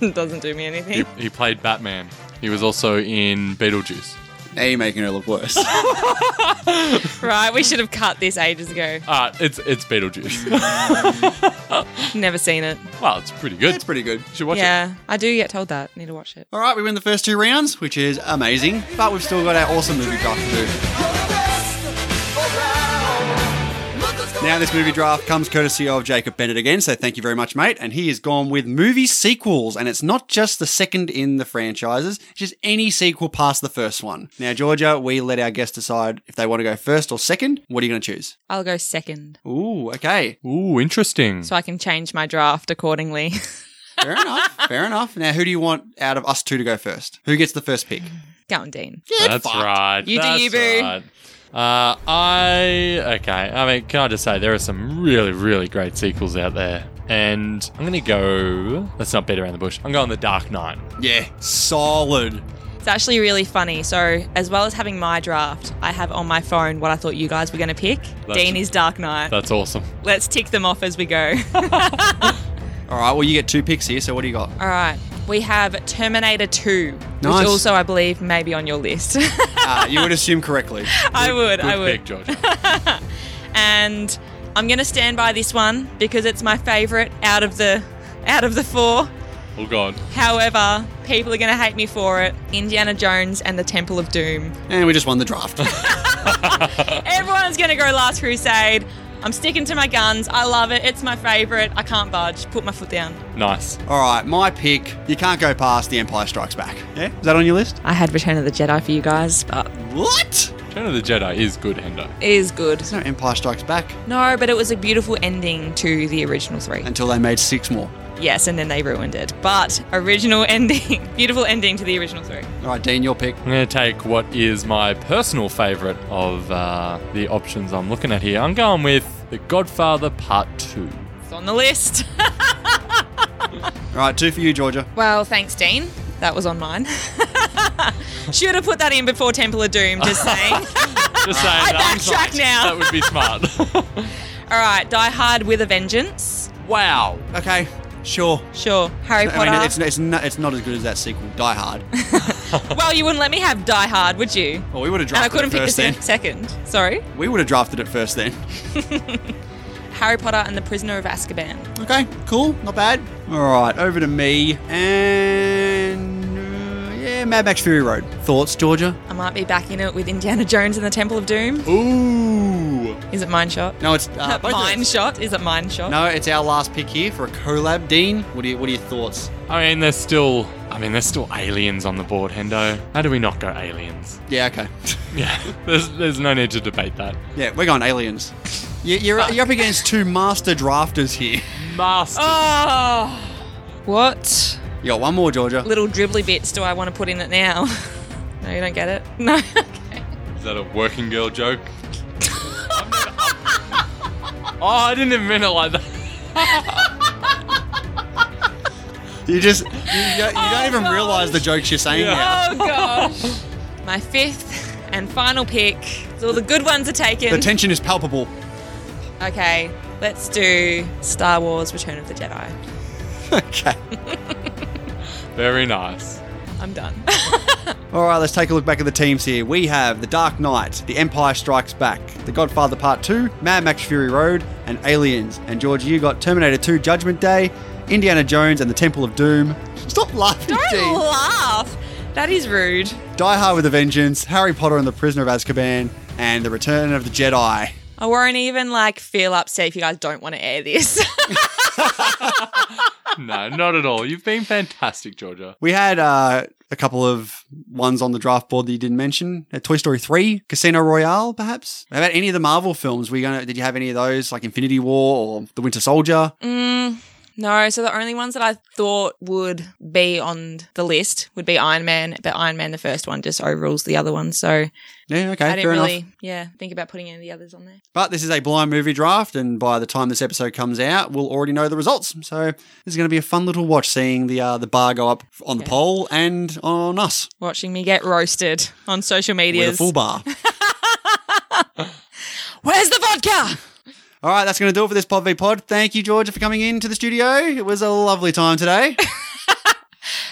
Speaker 4: Doesn't do me
Speaker 1: He,
Speaker 4: anything.
Speaker 1: he played Batman. He was also in Beetlejuice.
Speaker 2: Now you're making her look worse.
Speaker 4: Right, we should have cut this ages ago.
Speaker 1: Ah, it's it's Beetlejuice.
Speaker 4: Never seen it.
Speaker 1: wow, it's pretty good.
Speaker 2: That's pretty good.
Speaker 1: You should watch it.
Speaker 4: yeah, I do get told that. Need to watch it.
Speaker 2: All right, we win the first two rounds, which is amazing, but we've still got our awesome movie draft to do. Now, this movie draft comes courtesy of Jacob Bennett again, so thank you very much, mate. And he has gone with movie sequels, and it's not just the second in the franchises, it's just any sequel past the first one. Now, Georgia, we let our guests decide if they want to go first or second. What are you going to choose?
Speaker 4: I'll go second
Speaker 2: Ooh, okay.
Speaker 1: Ooh, interesting.
Speaker 4: so I can change my draft accordingly.
Speaker 2: Fair enough. Fair enough. Now, who do you want out of us two to go first? Who gets the first pick?
Speaker 4: Go on, Dean.
Speaker 1: That's
Speaker 2: fucked.
Speaker 1: right.
Speaker 4: You do
Speaker 1: That's
Speaker 4: you, boo.
Speaker 1: right. Uh, I okay. I mean, can I just say there are some really, really great sequels out there, and I'm gonna go. Let's not beat around the bush. I'm going the Dark Knight.
Speaker 2: Yeah, solid.
Speaker 4: It's actually really funny. So, as well as having my draft, I have on my phone what I thought you guys were going to pick. Deanie's Dark Knight.
Speaker 1: That's awesome.
Speaker 4: Let's tick them off as we go.
Speaker 2: All right, well, you get two picks here, so what do you got?
Speaker 4: All right. We have Terminator 2,
Speaker 2: Nice.
Speaker 4: which also I believe may be on your list.
Speaker 2: Uh, you would assume correctly.
Speaker 4: I would,
Speaker 1: Good
Speaker 4: I would.
Speaker 1: pick, Josh.
Speaker 4: And I'm going to stand by this one because it's my favorite out of the out of the four.
Speaker 1: oh God.
Speaker 4: However, people are going to hate me for it. Indiana Jones and the Temple of Doom.
Speaker 2: And we just won the draft.
Speaker 4: Everyone's going to go Last Crusade. I'm sticking to my guns. I love it. It's my favorite. I can't budge. Put my foot down.
Speaker 1: Nice.
Speaker 2: All right, my pick. You can't go past The Empire Strikes Back. Yeah? Is that on your list?
Speaker 4: I had Return of the Jedi for you guys, but
Speaker 2: What?
Speaker 1: Return of the Jedi is good, Hendo.
Speaker 4: it is good.
Speaker 2: There's no Empire Strikes Back
Speaker 4: No, but it was a beautiful ending to the original three.
Speaker 2: until they made six more.
Speaker 4: Yes, and then they ruined it. But original ending, beautiful ending to the original three.
Speaker 2: All right, Dean, your pick.
Speaker 1: I'm going to take what is my personal favourite of uh, the options I'm looking at here. I'm going with The Godfather Part 2.
Speaker 4: It's on the list.
Speaker 2: All right, two for you, Georgia.
Speaker 4: well, thanks, Dean. That was on mine. Should have put that in before Temple of Doom. Just saying.
Speaker 1: Just saying, I
Speaker 4: backtrack now.
Speaker 1: That would be smart.
Speaker 4: All right, Die Hard with a Vengeance.
Speaker 1: wow.
Speaker 2: Okay, sure.
Speaker 4: Sure, Harry
Speaker 2: I
Speaker 4: Potter.
Speaker 2: mean, it's, it's, not, it's not as good as that sequel, Die Hard.
Speaker 4: well, you wouldn't let me have Die Hard, would you?
Speaker 2: Well, we would have
Speaker 4: And I
Speaker 2: drafted
Speaker 4: couldn't
Speaker 2: it
Speaker 4: pick the
Speaker 2: Oh, first then.
Speaker 4: se- second. Sorry,
Speaker 2: We would have drafted it first then.
Speaker 4: Harry Potter and the Prisoner of Azkaban.
Speaker 2: Okay, cool, not bad. All right, over to me. And uh, yeah, Mad Max Fury Road. Thoughts, Georgia?
Speaker 4: I might be back in it with Indiana Jones and the Temple of Doom.
Speaker 2: Ooh.
Speaker 4: Is it Mine Shot?
Speaker 2: No, it's uh, both of
Speaker 4: mine
Speaker 2: us.
Speaker 4: Shot. Is it Mine Shot?
Speaker 2: No, it's our last pick here for a collab, Dean. What are, you, what are your thoughts?
Speaker 1: I mean, there's still, I mean, there's still aliens on the board, Hendo. How do we not go aliens?
Speaker 2: Yeah, okay.
Speaker 1: Yeah, there's, there's no need to debate that.
Speaker 2: yeah, we're going aliens. You- You're, you're up against two master drafters here.
Speaker 1: Master.
Speaker 4: Oh, what
Speaker 2: You got one more, Georgia.
Speaker 4: little dribbly bits do I want to put in it now? no, you don't get it. No. Okay.
Speaker 1: Is that a working girl joke? oh, I didn't even mean it like that.
Speaker 2: You just you, you don't you don't even realize the jokes you're saying now.
Speaker 4: Oh gosh. My fifth and final pick. So all the good ones are
Speaker 2: The
Speaker 4: taken.
Speaker 2: tension is palpable.
Speaker 4: okay, let's do Star Wars: Return of the Jedi.
Speaker 2: Okay.
Speaker 1: Very nice.
Speaker 4: I'm done.
Speaker 2: All right, let's take a look back at the teams here. We have The Dark Knight, The Empire Strikes Back, The Godfather Part 2, Mad Max Fury Road, and Aliens. And George, you got Terminator 2 Judgment Day, Indiana Jones and the Temple of Doom. Stop laughing,
Speaker 4: don't
Speaker 2: Dean.
Speaker 4: laugh. That is rude.
Speaker 2: Die Hard with a Vengeance, Harry Potter and the Prisoner of Azkaban, and The Return of the Jedi.
Speaker 4: I won't even like feel upset if you guys don't want to air this.
Speaker 1: No, not at all. You've been fantastic, Georgia.
Speaker 2: We had uh, a couple of ones on the draft board that you didn't mention. Uh, Toy Story 3, Casino Royale, perhaps? How about any of the Marvel films? Were you gonna, did you have any of those, like Infinity War or The Winter Soldier?
Speaker 4: Mm, No, so the only ones that I thought would be on the list would be Iron Man, but Iron Man, the first one, just overrules the other one. So
Speaker 2: Yeah, okay,
Speaker 4: I
Speaker 2: fair
Speaker 4: didn't really,
Speaker 2: enough.
Speaker 4: yeah, think about putting any of the others on there.
Speaker 2: But this is a blind movie draft, and by the time this episode comes out, we'll already know the results. So this is going to be a fun little watch, seeing the uh, the bar go up on the poll and on us
Speaker 4: Watching me get roasted on social
Speaker 2: with a
Speaker 4: medias.
Speaker 2: full bar.
Speaker 4: Where's the vodka?
Speaker 2: All right, that's going to do it for this Pod v Pod. Thank you, Georgia, for coming in to the studio. It was a lovely time today.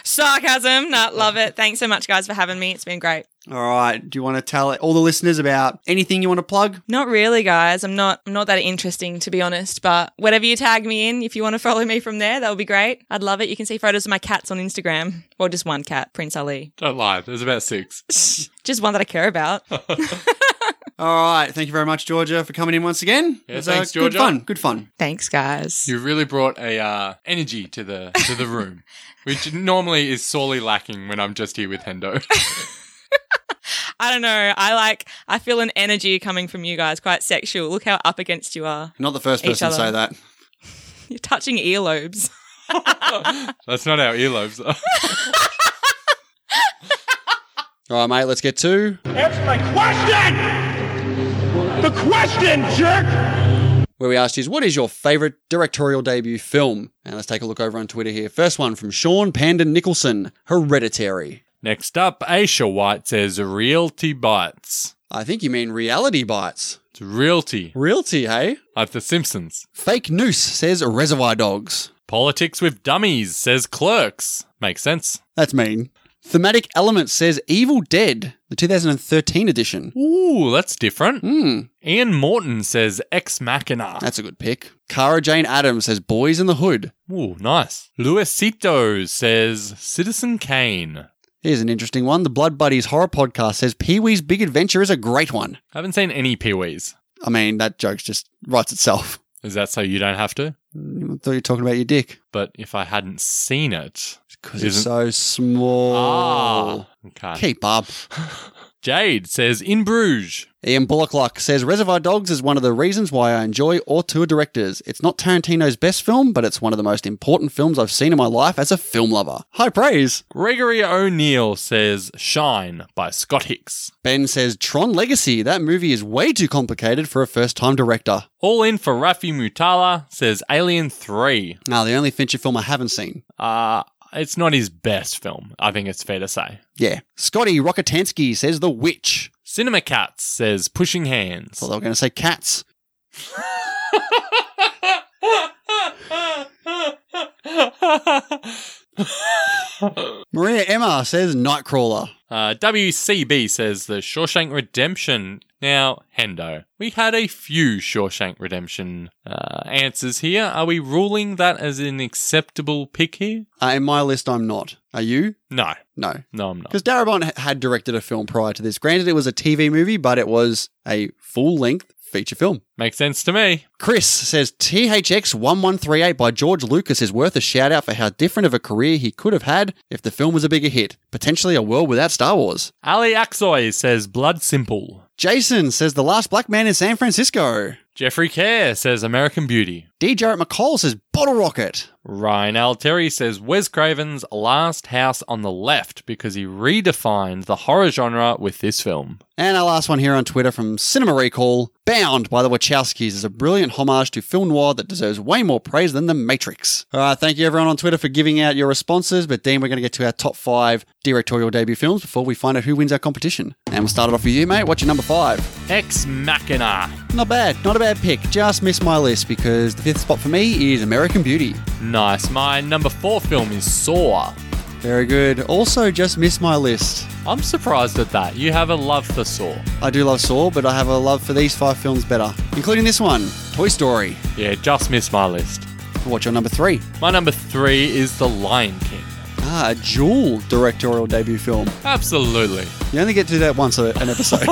Speaker 4: Sarcasm. No, love it. Thanks so much, guys, for having me. It's been great.
Speaker 2: All right. Do you want to tell all the listeners about anything you want to plug?
Speaker 4: Not really, guys. I'm not. I'm not that interesting, to be honest. But whatever you tag me in, if you want to follow me from there, that would be great. I'd love it. You can see photos of my cats on Instagram. Well, just one cat, Prince Ali.
Speaker 1: Don't lie. There's about six.
Speaker 4: Just one that I care about.
Speaker 2: All right. Thank you very much, Georgia, for coming in once again.
Speaker 1: Yeah,
Speaker 2: It was, uh,
Speaker 1: thanks,
Speaker 2: Good
Speaker 1: Georgia.
Speaker 2: fun. Good fun.
Speaker 4: Thanks, guys.
Speaker 1: You really brought a uh, energy to the to the room, which normally is sorely lacking when I'm just here with Hendo.
Speaker 4: I don't know. I like. I feel an energy coming from you guys. Quite sexual. Look how up against you are.
Speaker 2: Not the first
Speaker 4: Each
Speaker 2: person to
Speaker 4: other.
Speaker 2: say that.
Speaker 4: You're touching earlobes.
Speaker 1: That's not our earlobes.
Speaker 2: All right, mate. Let's get to
Speaker 5: Answer my question! The question, jerk!
Speaker 2: where we asked you, what is your favorite directorial debut film? And let's take a look over on Twitter here. First one from Sean Panda Nicholson, Hereditary.
Speaker 1: Next up, Aisha White says Realty Bites.
Speaker 2: I think you mean reality bites.
Speaker 1: It's Realty,
Speaker 2: Realty, hey?
Speaker 1: like The Simpsons.
Speaker 2: Fake Noose says reservoir dogs.
Speaker 1: Politics with Dummies says Clerks. Makes sense.
Speaker 2: That's mean. Thematic Element says Evil Dead, the 2013 edition.
Speaker 1: Ooh, that's different.
Speaker 2: Hmm,
Speaker 1: Ian Morton says Ex Machina.
Speaker 2: that's a good pick. Cara Jane Adams says Boys in the Hood.
Speaker 1: Ooh, nice. Luisito says Citizen Kane.
Speaker 2: Here's an interesting one. The Blood Buddies Horror Podcast says Pee Wee's Big Adventure is a great one.
Speaker 1: Haven't seen any Pee Wees.
Speaker 2: I mean, that joke just writes itself.
Speaker 1: Is that so you don't have to?
Speaker 2: I thought you were talking about your dick.
Speaker 1: But if I hadn't seen it.
Speaker 2: Because it's
Speaker 1: Isn't-
Speaker 2: so small. Oh.
Speaker 1: Ah. Okay.
Speaker 2: Keep up.
Speaker 1: Jade says In Bruges.
Speaker 2: Ian Bullocklock says Reservoir Dogs is one of the reasons why I enjoy auteur directors. It's not Tarantino's best film, but it's one of the most important films I've seen in my life as a film lover. High praise.
Speaker 1: Gregory O'Neill says Shine by Scott Hicks.
Speaker 2: Ben says Tron Legacy. That movie is way too complicated for a first time director.
Speaker 1: All in for Rafi Mutala says Alien 3.
Speaker 2: Now, the only Fincher film I haven't seen.
Speaker 1: Uh, it's not his best film, I think it's fair to say.
Speaker 2: Yeah. Scotty Rockatansky says The Witch.
Speaker 1: Cinema Cats says Pushing Hands.
Speaker 2: Thought they were going to say cats. Maria Emma says Nightcrawler.
Speaker 1: Uh, WCB says The Shawshank Redemption. Now, Hendo, we had a few Shawshank Redemption uh, answers here. Are we ruling that as an acceptable pick here?
Speaker 2: Uh, in my list, I'm not. Are you?
Speaker 1: No,
Speaker 2: No.
Speaker 1: no, I'm not.
Speaker 2: Because Darabont h- had directed a film prior to this. Granted, it was a TV movie, but it was a full length feature film.
Speaker 1: Makes sense to me.
Speaker 2: Chris says THX 1138 by George Lucas is worth a shout out for how different of a career he could have had if the film was a bigger hit. Potentially a world without Star Wars.
Speaker 1: Ali Aksoy says Blood Simple.
Speaker 2: Jason says The Last Black Man in San Francisco.
Speaker 1: Jeffrey Kerr says American Beauty.
Speaker 2: D. Jarrett McCall says Bottle Rocket.
Speaker 1: Ryan Altieri says Wes Craven's Last House on the Left because he redefined the horror genre with this film.
Speaker 2: And our last one here on Twitter from Cinema Recall Bound by the Wachowskis is a brilliant homage to film noir that deserves way more praise than The Matrix. All right, thank you everyone on Twitter for giving out your responses. But Dean, we're going to get to our top five directorial debut films before we find out who wins our competition. And we'll start it off with you, mate. What's your number five?
Speaker 1: Ex Machina.
Speaker 2: Not bad, not a bad pick. Just missed my list because the fifth spot for me is American Beauty.
Speaker 1: Nice. My number four film is Saw.
Speaker 2: Very good. Also, just missed my list.
Speaker 1: I'm surprised at that. You have a love for Saw.
Speaker 2: I do love Saw, but I have a love for these five films better, including this one, Toy Story.
Speaker 1: Yeah, just missed my list.
Speaker 2: What's your number three?
Speaker 1: My number three is The Lion King.
Speaker 2: Ah, a dual directorial debut film.
Speaker 1: Absolutely.
Speaker 2: You only get to do that once a, an episode.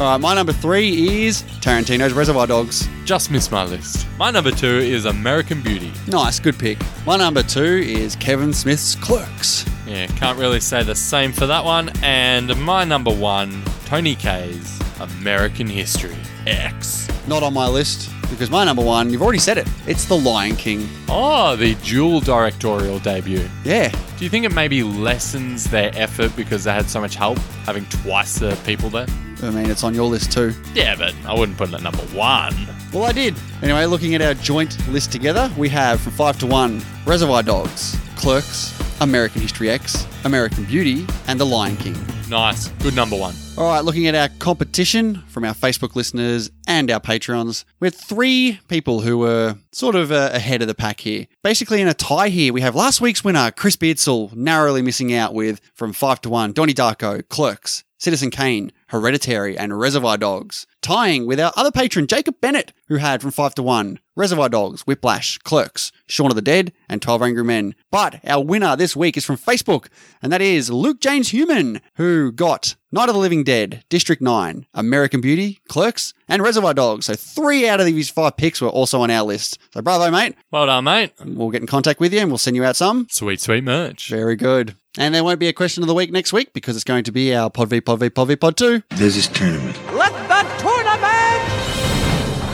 Speaker 2: All right, my number three is Tarantino's Reservoir Dogs.
Speaker 1: Just missed my list. My number two is American Beauty.
Speaker 2: Nice, good pick. My number two is Kevin Smith's Clerks.
Speaker 1: Yeah, can't really say the same for that one. And my number one, Tony K's American History X.
Speaker 2: Not on my list because my number one, you've already said it, it's The Lion King.
Speaker 1: Oh, the dual directorial debut.
Speaker 2: Yeah,
Speaker 1: Do you think it maybe lessens their effort because they had so much help, having twice the people there?
Speaker 2: I mean, it's on your list too.
Speaker 1: Yeah, but I wouldn't put it at number one.
Speaker 2: Well, I did. Anyway, looking at our joint list together, we have from five to one Reservoir Dogs, Clerks, American History X, American Beauty, and The Lion King.
Speaker 1: Nice, good number one.
Speaker 2: All right, looking at our competition from our Facebook listeners and our Patreons, we had three people who were sort of uh, ahead of the pack here. Basically, in a tie here, we have last week's winner, Chris Beardsall, narrowly missing out with from 5 to 1, Donnie Darko, Clerks, Citizen Kane, Hereditary, and Reservoir Dogs. Tying with our other patron, Jacob Bennett, who had from 5 to 1, Reservoir Dogs, Whiplash, Clerks, Shaun of the Dead, and 12 Angry Men. But our winner this week is from Facebook, and that is Luke James Human, who got Night of the Living Dead, District 9, American Beauty, Clerks, and Reservoir Dogs. So three out of these five picks were also on our list. So bravo, mate.
Speaker 1: Well done, mate.
Speaker 2: We'll get in contact with you and we'll send you out some.
Speaker 1: Sweet, sweet merch.
Speaker 2: Very good. And there won't be a question of the week next week because it's going to be our Pod V, Pod V, Pod V, Pod 2.
Speaker 6: There's this tournament.
Speaker 7: Let the tournament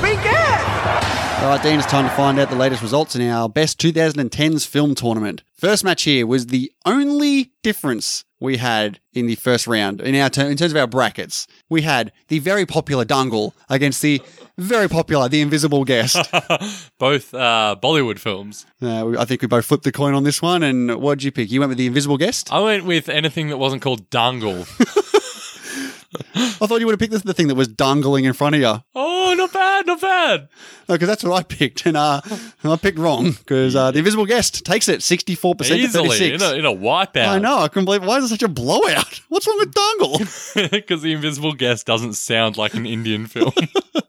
Speaker 7: begin!
Speaker 2: All All right, Dean, it's time to find out the latest results in our best 2010s film tournament. First match here was the only difference we had in the first round in our ter- in terms of our brackets. We had the very popular Dungle against the very popular The Invisible Guest.
Speaker 1: Both uh, Bollywood films.
Speaker 2: Uh, we- I think we both flipped the coin on this one. And what did you pick? You went with The Invisible Guest.
Speaker 1: I went with anything that wasn't called Dangle.
Speaker 2: I thought you would have picked this, the thing that was dangling in front of you.
Speaker 1: oh, not bad, not bad.
Speaker 2: No, because that's what I picked, and uh, I picked wrong because uh, the invisible guest takes it sixty-four percent to
Speaker 1: Easily
Speaker 2: thirty-six.
Speaker 1: in a, in a wipeout.
Speaker 2: I know. I couldn't believe. Why is it such a blowout? What's wrong with Dongle?
Speaker 1: Because The Invisible Guest doesn't sound like an Indian film.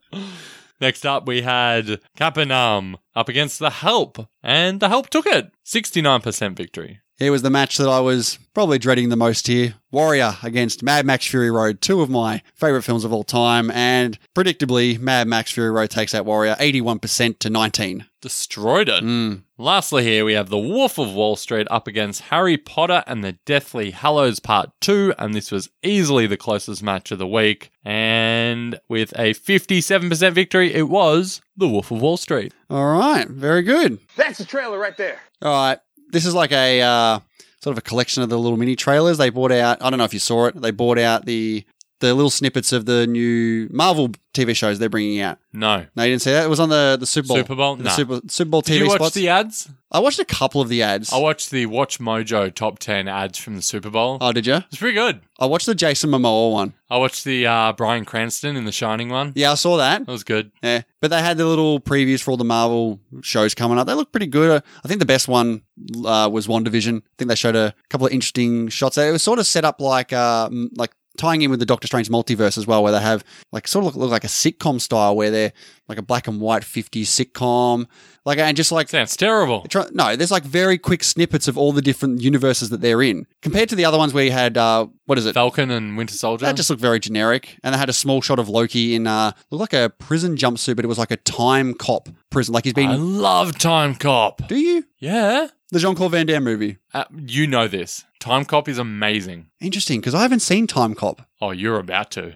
Speaker 1: Next up, we had Kapanam up against The Help, and The Help took it. 69% victory.
Speaker 2: Here was the match that I was probably dreading the most here: Warrior against Mad Max Fury Road, two of my favorite films of all time, and predictably, Mad Max Fury Road takes out Warrior eighty-one percent to nineteen.
Speaker 1: Destroyed it. Lastly, here we have The Wolf of Wall Street up against Harry Potter and the Deathly Hallows Part 2, and this was easily the closest match of the week. And with a 57% victory, it was The Wolf of Wall Street.
Speaker 2: All right, very good.
Speaker 5: That's the trailer right there.
Speaker 2: All right. This is like a uh, sort of a collection of the little mini trailers. They bought out, I don't know if you saw it, they bought out the the little snippets of the new Marvel TV shows they're bringing out.
Speaker 1: No.
Speaker 2: No, you didn't see that? It was on the, the Super Bowl.
Speaker 1: Super Bowl?
Speaker 2: The
Speaker 1: Nah.
Speaker 2: Super, Super Bowl TV
Speaker 1: Did you watch
Speaker 2: spots.
Speaker 1: the ads?
Speaker 2: I watched a couple of the ads.
Speaker 1: I watched the Watch Mojo top 10 ads from the Super Bowl.
Speaker 2: oh, did you?
Speaker 1: It's pretty good.
Speaker 2: I watched the Jason Momoa one.
Speaker 1: I watched the uh, Brian Cranston in The Shining one.
Speaker 2: Yeah, I saw that.
Speaker 1: That was good.
Speaker 2: Yeah, but they had the little previews for all the Marvel shows coming up. They look pretty good. I think the best one uh, was WandaVision. I think they showed a couple of interesting shots. It was sort of set up like uh, m- like tying in with the Doctor Strange multiverse as well, where they have like sort of look, look like a sitcom style, where they're like a black and white 50s sitcom, like and just like
Speaker 1: Sounds terrible.
Speaker 2: Try- no, there's like very quick snippets of all the different universes that they're in compared to the other ones where you had uh, what is it?
Speaker 1: Falcon and Winter Soldier.
Speaker 2: That just looked very generic. And they had a small shot of Loki in uh looked like a prison jumpsuit, but it was like a time cop prison. Like he's been
Speaker 1: I love Time Cop.
Speaker 2: Do you?
Speaker 1: Yeah.
Speaker 2: The Jean Claude Van Damme movie.
Speaker 1: Uh, you know this. Time Cop is amazing.
Speaker 2: Interesting, because I haven't seen Time Cop.
Speaker 1: Oh, you're about to.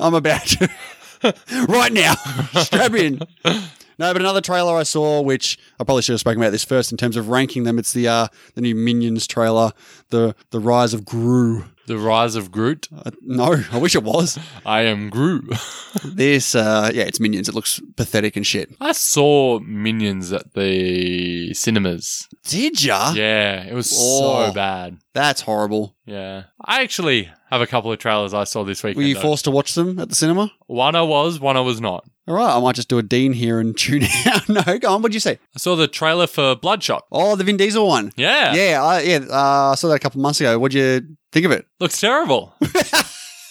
Speaker 2: I'm about to right now. Strap in. No, but another trailer I saw, which I probably should have spoken about this first in terms of ranking them. It's the uh, the new Minions trailer, the the Rise of Gru.
Speaker 1: the Rise of Groot.
Speaker 2: Uh, no, I wish it was.
Speaker 1: I am Groot.
Speaker 2: this, uh, yeah, it's Minions. It looks pathetic and shit.
Speaker 1: I saw Minions at the cinemas.
Speaker 2: Did ya?
Speaker 1: Yeah, it was
Speaker 2: Oh.
Speaker 1: so bad.
Speaker 2: That's horrible.
Speaker 1: Yeah. I actually have a couple of trailers I saw this week.
Speaker 2: Were you forced to watch them at the cinema?
Speaker 1: One I was, one I was not.
Speaker 2: All right, I might just do a Dean here and tune out. no, go on. What'd you say?
Speaker 1: I saw the trailer for Bloodshot.
Speaker 2: Oh, the Vin Diesel one.
Speaker 1: Yeah.
Speaker 2: yeah, I, yeah. Uh, I saw that a couple months ago. What'd you think of it?
Speaker 1: Looks terrible.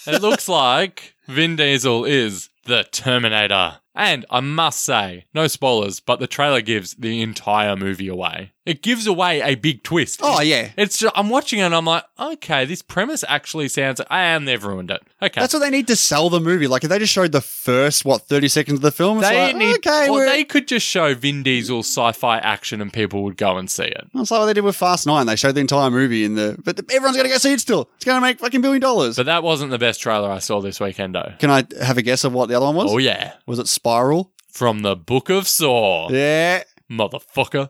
Speaker 1: it looks like Vin Diesel is the Terminator. And I must say, no spoilers, but the trailer gives the entire movie away. It gives away a big twist.
Speaker 2: Oh, yeah.
Speaker 1: It's ju- I'm watching it and I'm like, okay, this premise actually sounds and they've ruined it. Okay.
Speaker 2: That's what they need to sell the movie. Like if they just showed the first what thirty seconds of the film, it's
Speaker 1: they
Speaker 2: like
Speaker 1: need
Speaker 2: okay,
Speaker 1: or
Speaker 2: we're.
Speaker 1: they could just show Vin Diesel sci-fi action and people would go and see it.
Speaker 2: That's like what they did with Fast Nine. They showed the entire movie in the, but everyone's gonna go see it still. It's gonna make fucking billion dollars.
Speaker 1: But that wasn't the best trailer I saw this weekend though.
Speaker 2: Can I have a guess of what the other one was?
Speaker 1: Oh yeah.
Speaker 2: Was it Spiral?
Speaker 1: From the Book of Saw.
Speaker 2: Yeah.
Speaker 1: Motherfucker.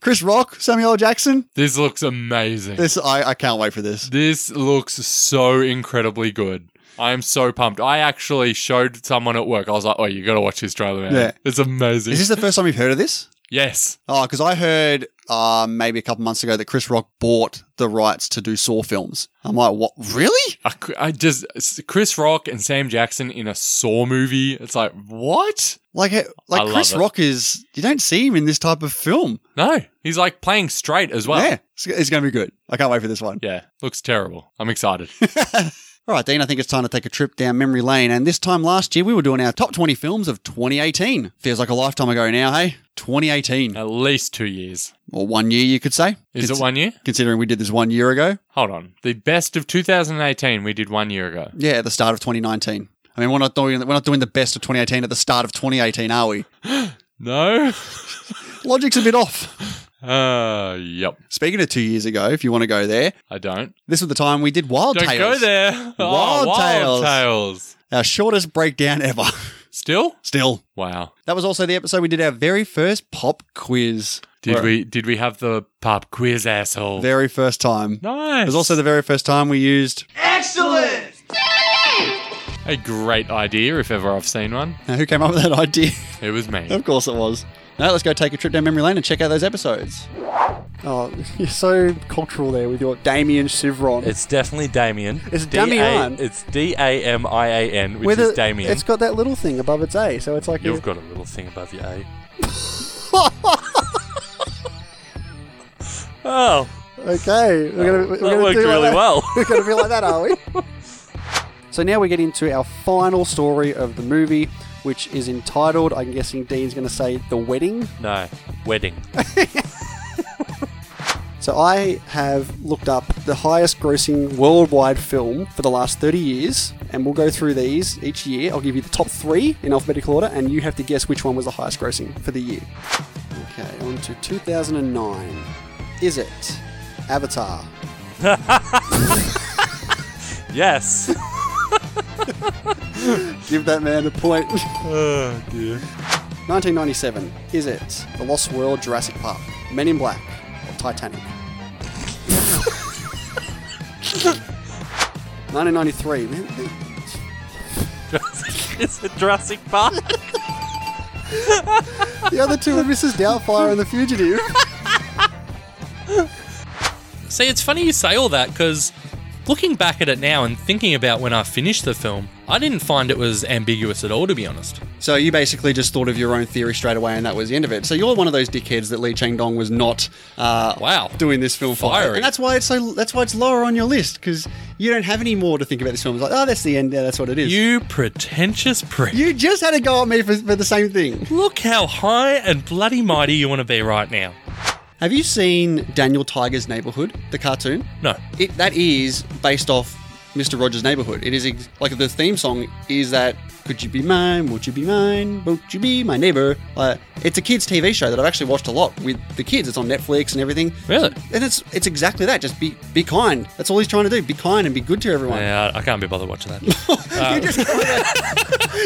Speaker 2: Chris Rock, Samuel L. Jackson.
Speaker 1: This looks amazing.
Speaker 2: This I, I can't wait for this.
Speaker 1: This looks so incredibly good. I am so pumped. I actually showed someone at work. I was like, "Oh, you got to watch this trailer, man!
Speaker 2: Yeah.
Speaker 1: It's amazing."
Speaker 2: Is this the first time you've heard of this?
Speaker 1: yes,
Speaker 2: Oh, because I heard uh, maybe a couple months ago that Chris Rock bought the rights to do Saw films. I'm like, what? Really?
Speaker 1: I, cou- I just s- Chris Rock and Sam Jackson in a Saw movie. It's like what?
Speaker 2: Like,
Speaker 1: I
Speaker 2: eh, like
Speaker 1: love
Speaker 2: Chris
Speaker 1: it.
Speaker 2: Rock is you don't see him in this type of film.
Speaker 1: No, he's like playing straight as well.
Speaker 2: yeah, it's, it's going to be good. I can't wait for this one.
Speaker 1: Yeah, looks terrible. I'm excited.
Speaker 2: All right, Dean, I think it's time to take a trip down memory lane. And this time last year, we were doing our top 20 films of 2018. Feels like a lifetime ago now, hey? 2018,
Speaker 1: At least two years.
Speaker 2: or one year, you could say.
Speaker 1: Is
Speaker 2: Cons-
Speaker 1: it one year?
Speaker 2: Considering we did this one year ago.
Speaker 1: Hold on. The best of 2018 we did one year ago.
Speaker 2: Yeah, at the start of 2019. I mean, we're not doing we're not doing the best of 2018 at the start of 2018, are we?
Speaker 1: No.
Speaker 2: Logic's a bit off.
Speaker 1: Uh, yep.
Speaker 2: Speaking of two years ago, if you want to go there,
Speaker 1: I don't.
Speaker 2: this was the time we did Wild
Speaker 1: Don't
Speaker 2: Tales,
Speaker 1: go there. Oh,
Speaker 2: Wild
Speaker 1: Wild
Speaker 2: Tales.
Speaker 1: Tales.
Speaker 2: our shortest breakdown ever.
Speaker 1: It's Still?
Speaker 2: Still.
Speaker 1: Wow.
Speaker 2: That was also the episode we did our very first pop quiz.
Speaker 1: Did
Speaker 2: Right.
Speaker 1: we did we have the pop quiz asshole?
Speaker 2: Very first time.
Speaker 1: nice.
Speaker 2: It was also the very first time we used.
Speaker 1: a great idea if ever I've seen one.
Speaker 2: Now, who came up with that idea?
Speaker 1: It was me.
Speaker 2: of course it was. Now, let's go take a trip down memory lane and check out those episodes.
Speaker 6: Oh, you're so cultural there with your Damien Chevron.
Speaker 7: It's definitely Damien.
Speaker 6: It's
Speaker 7: D A-
Speaker 6: Damian.
Speaker 7: It's D A M I A N, which
Speaker 6: With
Speaker 7: is
Speaker 6: a-
Speaker 7: Damien.
Speaker 6: It's got that little thing above its A, so it's like
Speaker 7: You've got a little thing above your A. oh,
Speaker 6: okay. We're gonna, we're
Speaker 7: that
Speaker 6: gonna
Speaker 7: worked
Speaker 6: do like
Speaker 7: really
Speaker 6: that.
Speaker 7: well.
Speaker 6: We're gonna be like that, are we? so now we get into our final story of the movie, which is entitled. I'm guessing Dean's gonna say the wedding.
Speaker 7: No, wedding.
Speaker 6: So I have looked up the highest grossing worldwide film for the last 30 years, and we'll go through these each year. I'll give you the top three in alphabetical order, and you have to guess which one was the highest grossing for the year. Okay, on to 2009. Is it Avatar?
Speaker 7: Yes.
Speaker 6: Give that man a point. 1997. Is it The Lost World, Jurassic Park, Men in Black, or Titanic? 1993. Man,
Speaker 7: it's the Jurassic Park.
Speaker 6: The other two are Mrs. Doubtfire and The Fugitive.
Speaker 8: See, it's funny you say all that because looking back at it now and thinking about when I finished the film, I didn't find it was ambiguous at all, to be honest.
Speaker 2: So you basically just thought of your own theory straight away, and that was the end of it. So you're one of those dickheads that Lee Chang Dong was not uh,
Speaker 8: Wow.
Speaker 2: doing this film for,
Speaker 8: Fiery.
Speaker 2: and that's why it's so. That's why it's lower on your list because you don't have any more to think about this film. It's like, oh, that's the end. Yeah, that's what it is.
Speaker 8: You pretentious prick.
Speaker 2: You just had a go at me for, for the same thing.
Speaker 8: Look how high and bloody mighty you want to be right now.
Speaker 2: Have you seen Daniel Tiger's Neighborhood, the cartoon?
Speaker 8: No.
Speaker 2: It, that is based off Mr. Rogers' Neighborhood. It is ex- like the theme song is that "Could you be mine? Won't you be mine? Won't you be my neighbor?" Uh, it's a kids' TV show that I've actually watched a lot with the kids. It's on Netflix and everything.
Speaker 8: Really?
Speaker 2: And it's it's exactly that. Just be be kind. That's all he's trying to do. Be kind and be good to everyone.
Speaker 8: Yeah, I I can't be bothered watching that.
Speaker 2: you just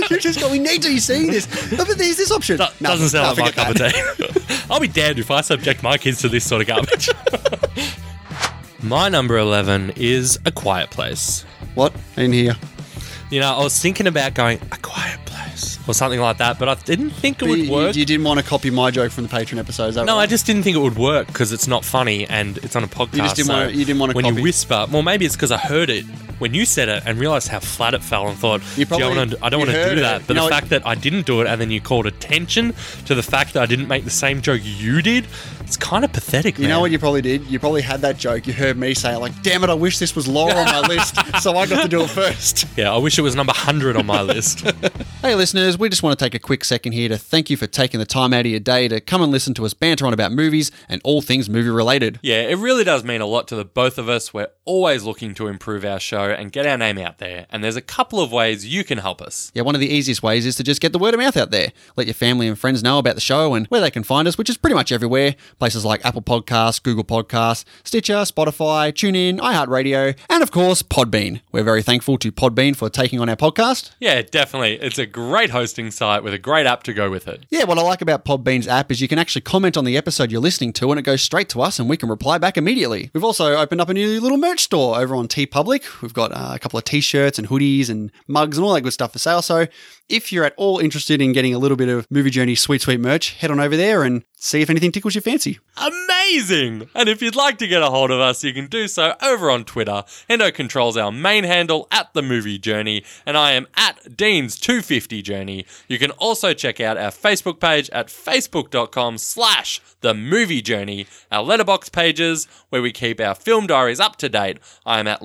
Speaker 2: got, you just got. We need to be seeing this. No, but there's this option.
Speaker 8: That
Speaker 2: No,
Speaker 8: doesn't
Speaker 2: no,
Speaker 8: sound like
Speaker 2: forget
Speaker 8: my cup
Speaker 2: that.
Speaker 8: of tea. I'll be damned if I subject my kids to this sort of garbage. my number 11 is A Quiet Place.
Speaker 2: What in here?
Speaker 8: You know, I was thinking about going A Quiet Place or something like that, but I didn't think it
Speaker 2: You,
Speaker 8: would
Speaker 2: you-
Speaker 8: work.
Speaker 2: you didn't want to copy my joke from the Patreon episode. Is that
Speaker 8: No,
Speaker 2: right?
Speaker 8: I just didn't think it would work because it's not funny and it's on a podcast.
Speaker 2: You just didn't
Speaker 8: so
Speaker 2: wanna- you didn't wanna
Speaker 8: When
Speaker 2: copy.
Speaker 8: you whisper, well, maybe it's because I heard it when you said it and realized how flat it fell and thought,
Speaker 2: You
Speaker 8: "Do you
Speaker 2: probably-
Speaker 8: wanna- I don't
Speaker 2: you
Speaker 8: want to
Speaker 2: heard
Speaker 8: do that.
Speaker 2: it.
Speaker 8: But
Speaker 2: No,
Speaker 8: the
Speaker 2: it-
Speaker 8: fact that I didn't do it and then you called attention to the fact that I didn't make the same joke you did, it's kind of pathetic.
Speaker 2: You know what you probably did? You probably had that joke. You heard me say it like, damn it, I wish this was lower on my list, so I got to do it first.
Speaker 8: Yeah, I wish it was number 100 on my list.
Speaker 2: Hey, listeners, we just want to take a quick second here to thank you for taking the time out of your day to come and listen to us banter on about movies and all things movie related.
Speaker 1: Yeah, it really does mean a lot to the both of us. We're always looking to improve our show and get our name out there, and there's a couple of ways you can help us.
Speaker 2: Yeah, one of the easiest ways is to just get the word of mouth out there. Let your family and friends know about the show and where they can find us, which is pretty much everywhere. Places like Apple Podcasts, Google Podcasts, Stitcher, Spotify, TuneIn, iHeartRadio, and of course, Podbean. We're very thankful to Podbean for taking on our podcast.
Speaker 1: Yeah, definitely. It's a great hosting site with a great app to go with it.
Speaker 2: Yeah, what I like about Podbean's app is you can actually comment on the episode you're listening to and it goes straight to us and we can reply back immediately. We've also opened up a new little merch store over on TeePublic. We've got uh, a couple of t-shirts and hoodies and mugs and all that good stuff for sale. So if you're at all interested in getting a little bit of Movie Journey sweet, sweet merch, head on over there and see if anything tickles your fancy.
Speaker 1: Amazing! And if you'd like to get a hold of us, you can do so over on Twitter. Endo controls our main handle at the movie journey, and I am at Dean's250 Journey. You can also check out our Facebook page at facebook.com slash the movie journey, our letterbox pages where we keep our film diaries up to date. I am at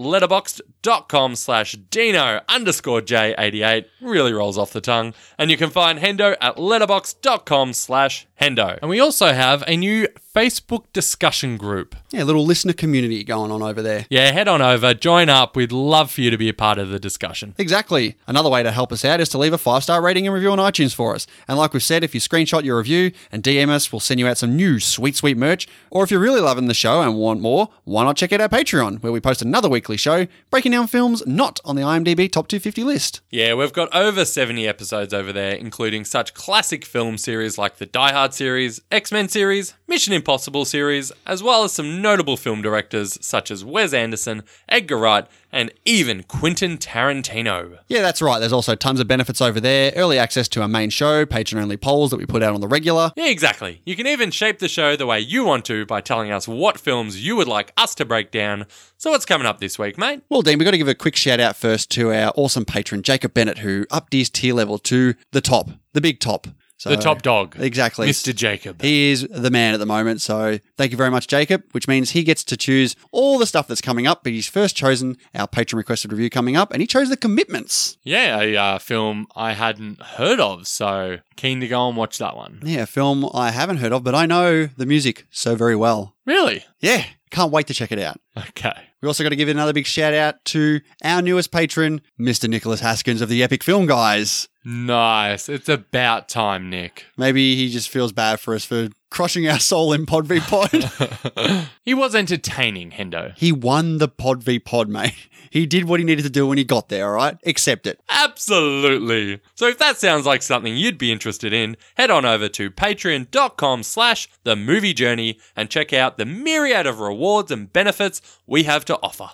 Speaker 1: letterboxd.com slash Dino underscore J88. Really rolls off the tongue. And you can find Hendo at letterbox.com slash Hendo. And we also have a new Facebook discussion group.
Speaker 2: Yeah, little listener community going on over there.
Speaker 1: Yeah, head on over, join up. We'd love for you to be a part of the discussion.
Speaker 2: Exactly. Another way to help us out is to leave a five star rating and review on iTunes for us. And like we've said, if you screenshot your review and DM us, we'll send you out some new sweet, sweet merch. Or if you're really loving the show and want more, why not check out our Patreon, where we post another weekly show breaking down films not on the IMDb Top 250 list.
Speaker 1: Yeah, we've got over 70 episodes over there, including such classic film series like the Die Hard series, X Men series, Mission Impossible series, as well as some notable film directors such as Wes Anderson, Edgar Wright, and even Quentin Tarantino.
Speaker 2: Yeah, that's right. There's also tons of benefits over there early access to our main show, patron only polls that we put out on the regular.
Speaker 1: Yeah, exactly. You can even shape the show the way you want to by telling us what films you would like us to break down. So, what's coming up this week, mate?
Speaker 2: Well, Dean, we've got to give a quick shout out first to our awesome patron, Jacob Bennett, who upped his tier level to the top, the big top. So,
Speaker 1: The top dog.
Speaker 2: Exactly.
Speaker 1: Mr. Jacob.
Speaker 2: He is the man at the moment. So thank you very much, Jacob, which means he gets to choose all the stuff that's coming up, but he's first chosen our patron requested review coming up, and he chose The Commitments.
Speaker 1: Yeah, a uh, film I hadn't heard of, so keen to go and watch that one.
Speaker 2: Yeah, a film I haven't heard of, but I know the music so very well.
Speaker 1: Really?
Speaker 2: Yeah, can't wait to check it out.
Speaker 1: Okay.
Speaker 2: We also got to give another big shout out to our newest patron, Mr. Nicholas Haskins of the Epic Film Guys.
Speaker 1: Nice. It's about time, Nick.
Speaker 2: Maybe he just feels bad for us for crushing our soul in Pod v Pod.
Speaker 1: he was entertaining, Hendo.
Speaker 2: he won the Pod v Pod, mate. He did what he needed to do when he got there, all right? Accept it.
Speaker 1: Absolutely. So if that sounds like something you'd be interested in, head on over to patreon.com slash the movie journey and check out the myriad of rewards and benefits we have to offer.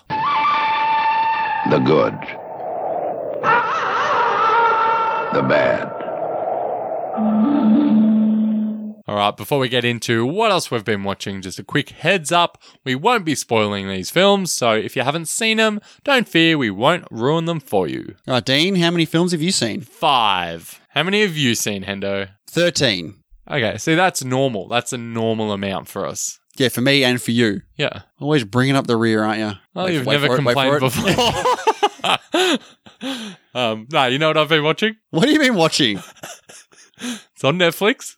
Speaker 9: The good. The bad.
Speaker 1: All right, before we get into what else we've been watching, just a quick heads up. We won't be spoiling these films, so if you haven't seen them, don't fear, we won't ruin them for you.
Speaker 2: All right, Dean, how many films have you seen?
Speaker 1: Five. How many have you seen, Hendo?
Speaker 2: 13.
Speaker 1: Okay, see, that's normal. That's a normal amount for us.
Speaker 2: Yeah, for me and for you.
Speaker 1: Yeah.
Speaker 2: Always bringing up the rear, aren't you?
Speaker 1: Well,
Speaker 2: Wait-
Speaker 1: you've
Speaker 2: wait
Speaker 1: never
Speaker 2: for it, wait for
Speaker 1: complained
Speaker 2: it.
Speaker 1: before. um, nah, you know what I've been watching?
Speaker 2: What have you been watching?
Speaker 1: It's on Netflix.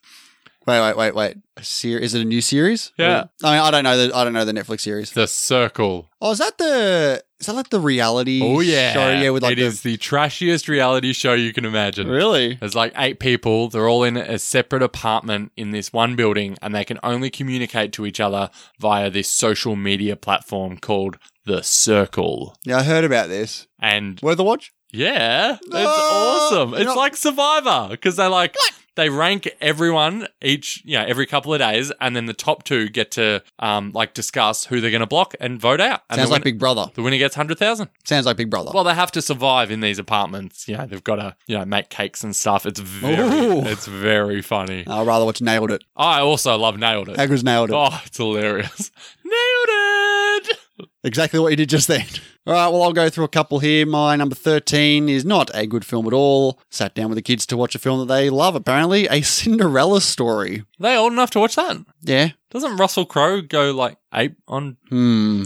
Speaker 2: Wait, wait, wait, wait. A ser- is it a new series?
Speaker 1: Yeah.
Speaker 2: I mean, I don't know the I don't know the Netflix series.
Speaker 1: The Circle.
Speaker 2: Oh, is that the is that like the reality?
Speaker 1: Oh yeah,
Speaker 2: show? Yeah, with like
Speaker 1: it
Speaker 2: the-
Speaker 1: is the trashiest reality show you can imagine.
Speaker 2: really.
Speaker 1: There's like eight people. They're all in a separate apartment in this one building, and they can only communicate to each other via this social media platform called the Circle.
Speaker 2: Yeah, I heard about this.
Speaker 1: And
Speaker 2: Worth a watch?
Speaker 1: Yeah, it's
Speaker 2: Oh,
Speaker 1: awesome.
Speaker 2: you
Speaker 1: It's
Speaker 2: know-
Speaker 1: like Survivor because they like they rank everyone each, you know, every couple of days, and then the top two get to um like discuss who they're going to block and vote out. And
Speaker 2: Sounds
Speaker 1: the
Speaker 2: like
Speaker 1: winner,
Speaker 2: Big Brother.
Speaker 1: the winner gets hundred thousand.
Speaker 2: Sounds like Big Brother.
Speaker 1: Well, they have to survive in these apartments. You know, they've got to you know make cakes and stuff. It's very,
Speaker 2: Ooh.
Speaker 1: it's very funny.
Speaker 2: I'd rather watch Nailed It.
Speaker 1: I also love Nailed It.
Speaker 2: Agra's Nailed It.
Speaker 1: Oh, it's hilarious. Nailed it.
Speaker 2: Exactly what you did just then. All right, well, I'll go through a couple here. My number 13 is not a good film at all. Sat down with the kids to watch a film that they love, apparently, a Cinderella story.
Speaker 1: they old enough to watch that?
Speaker 2: Yeah.
Speaker 1: Doesn't Russell Crowe go like ape on
Speaker 2: Hmm.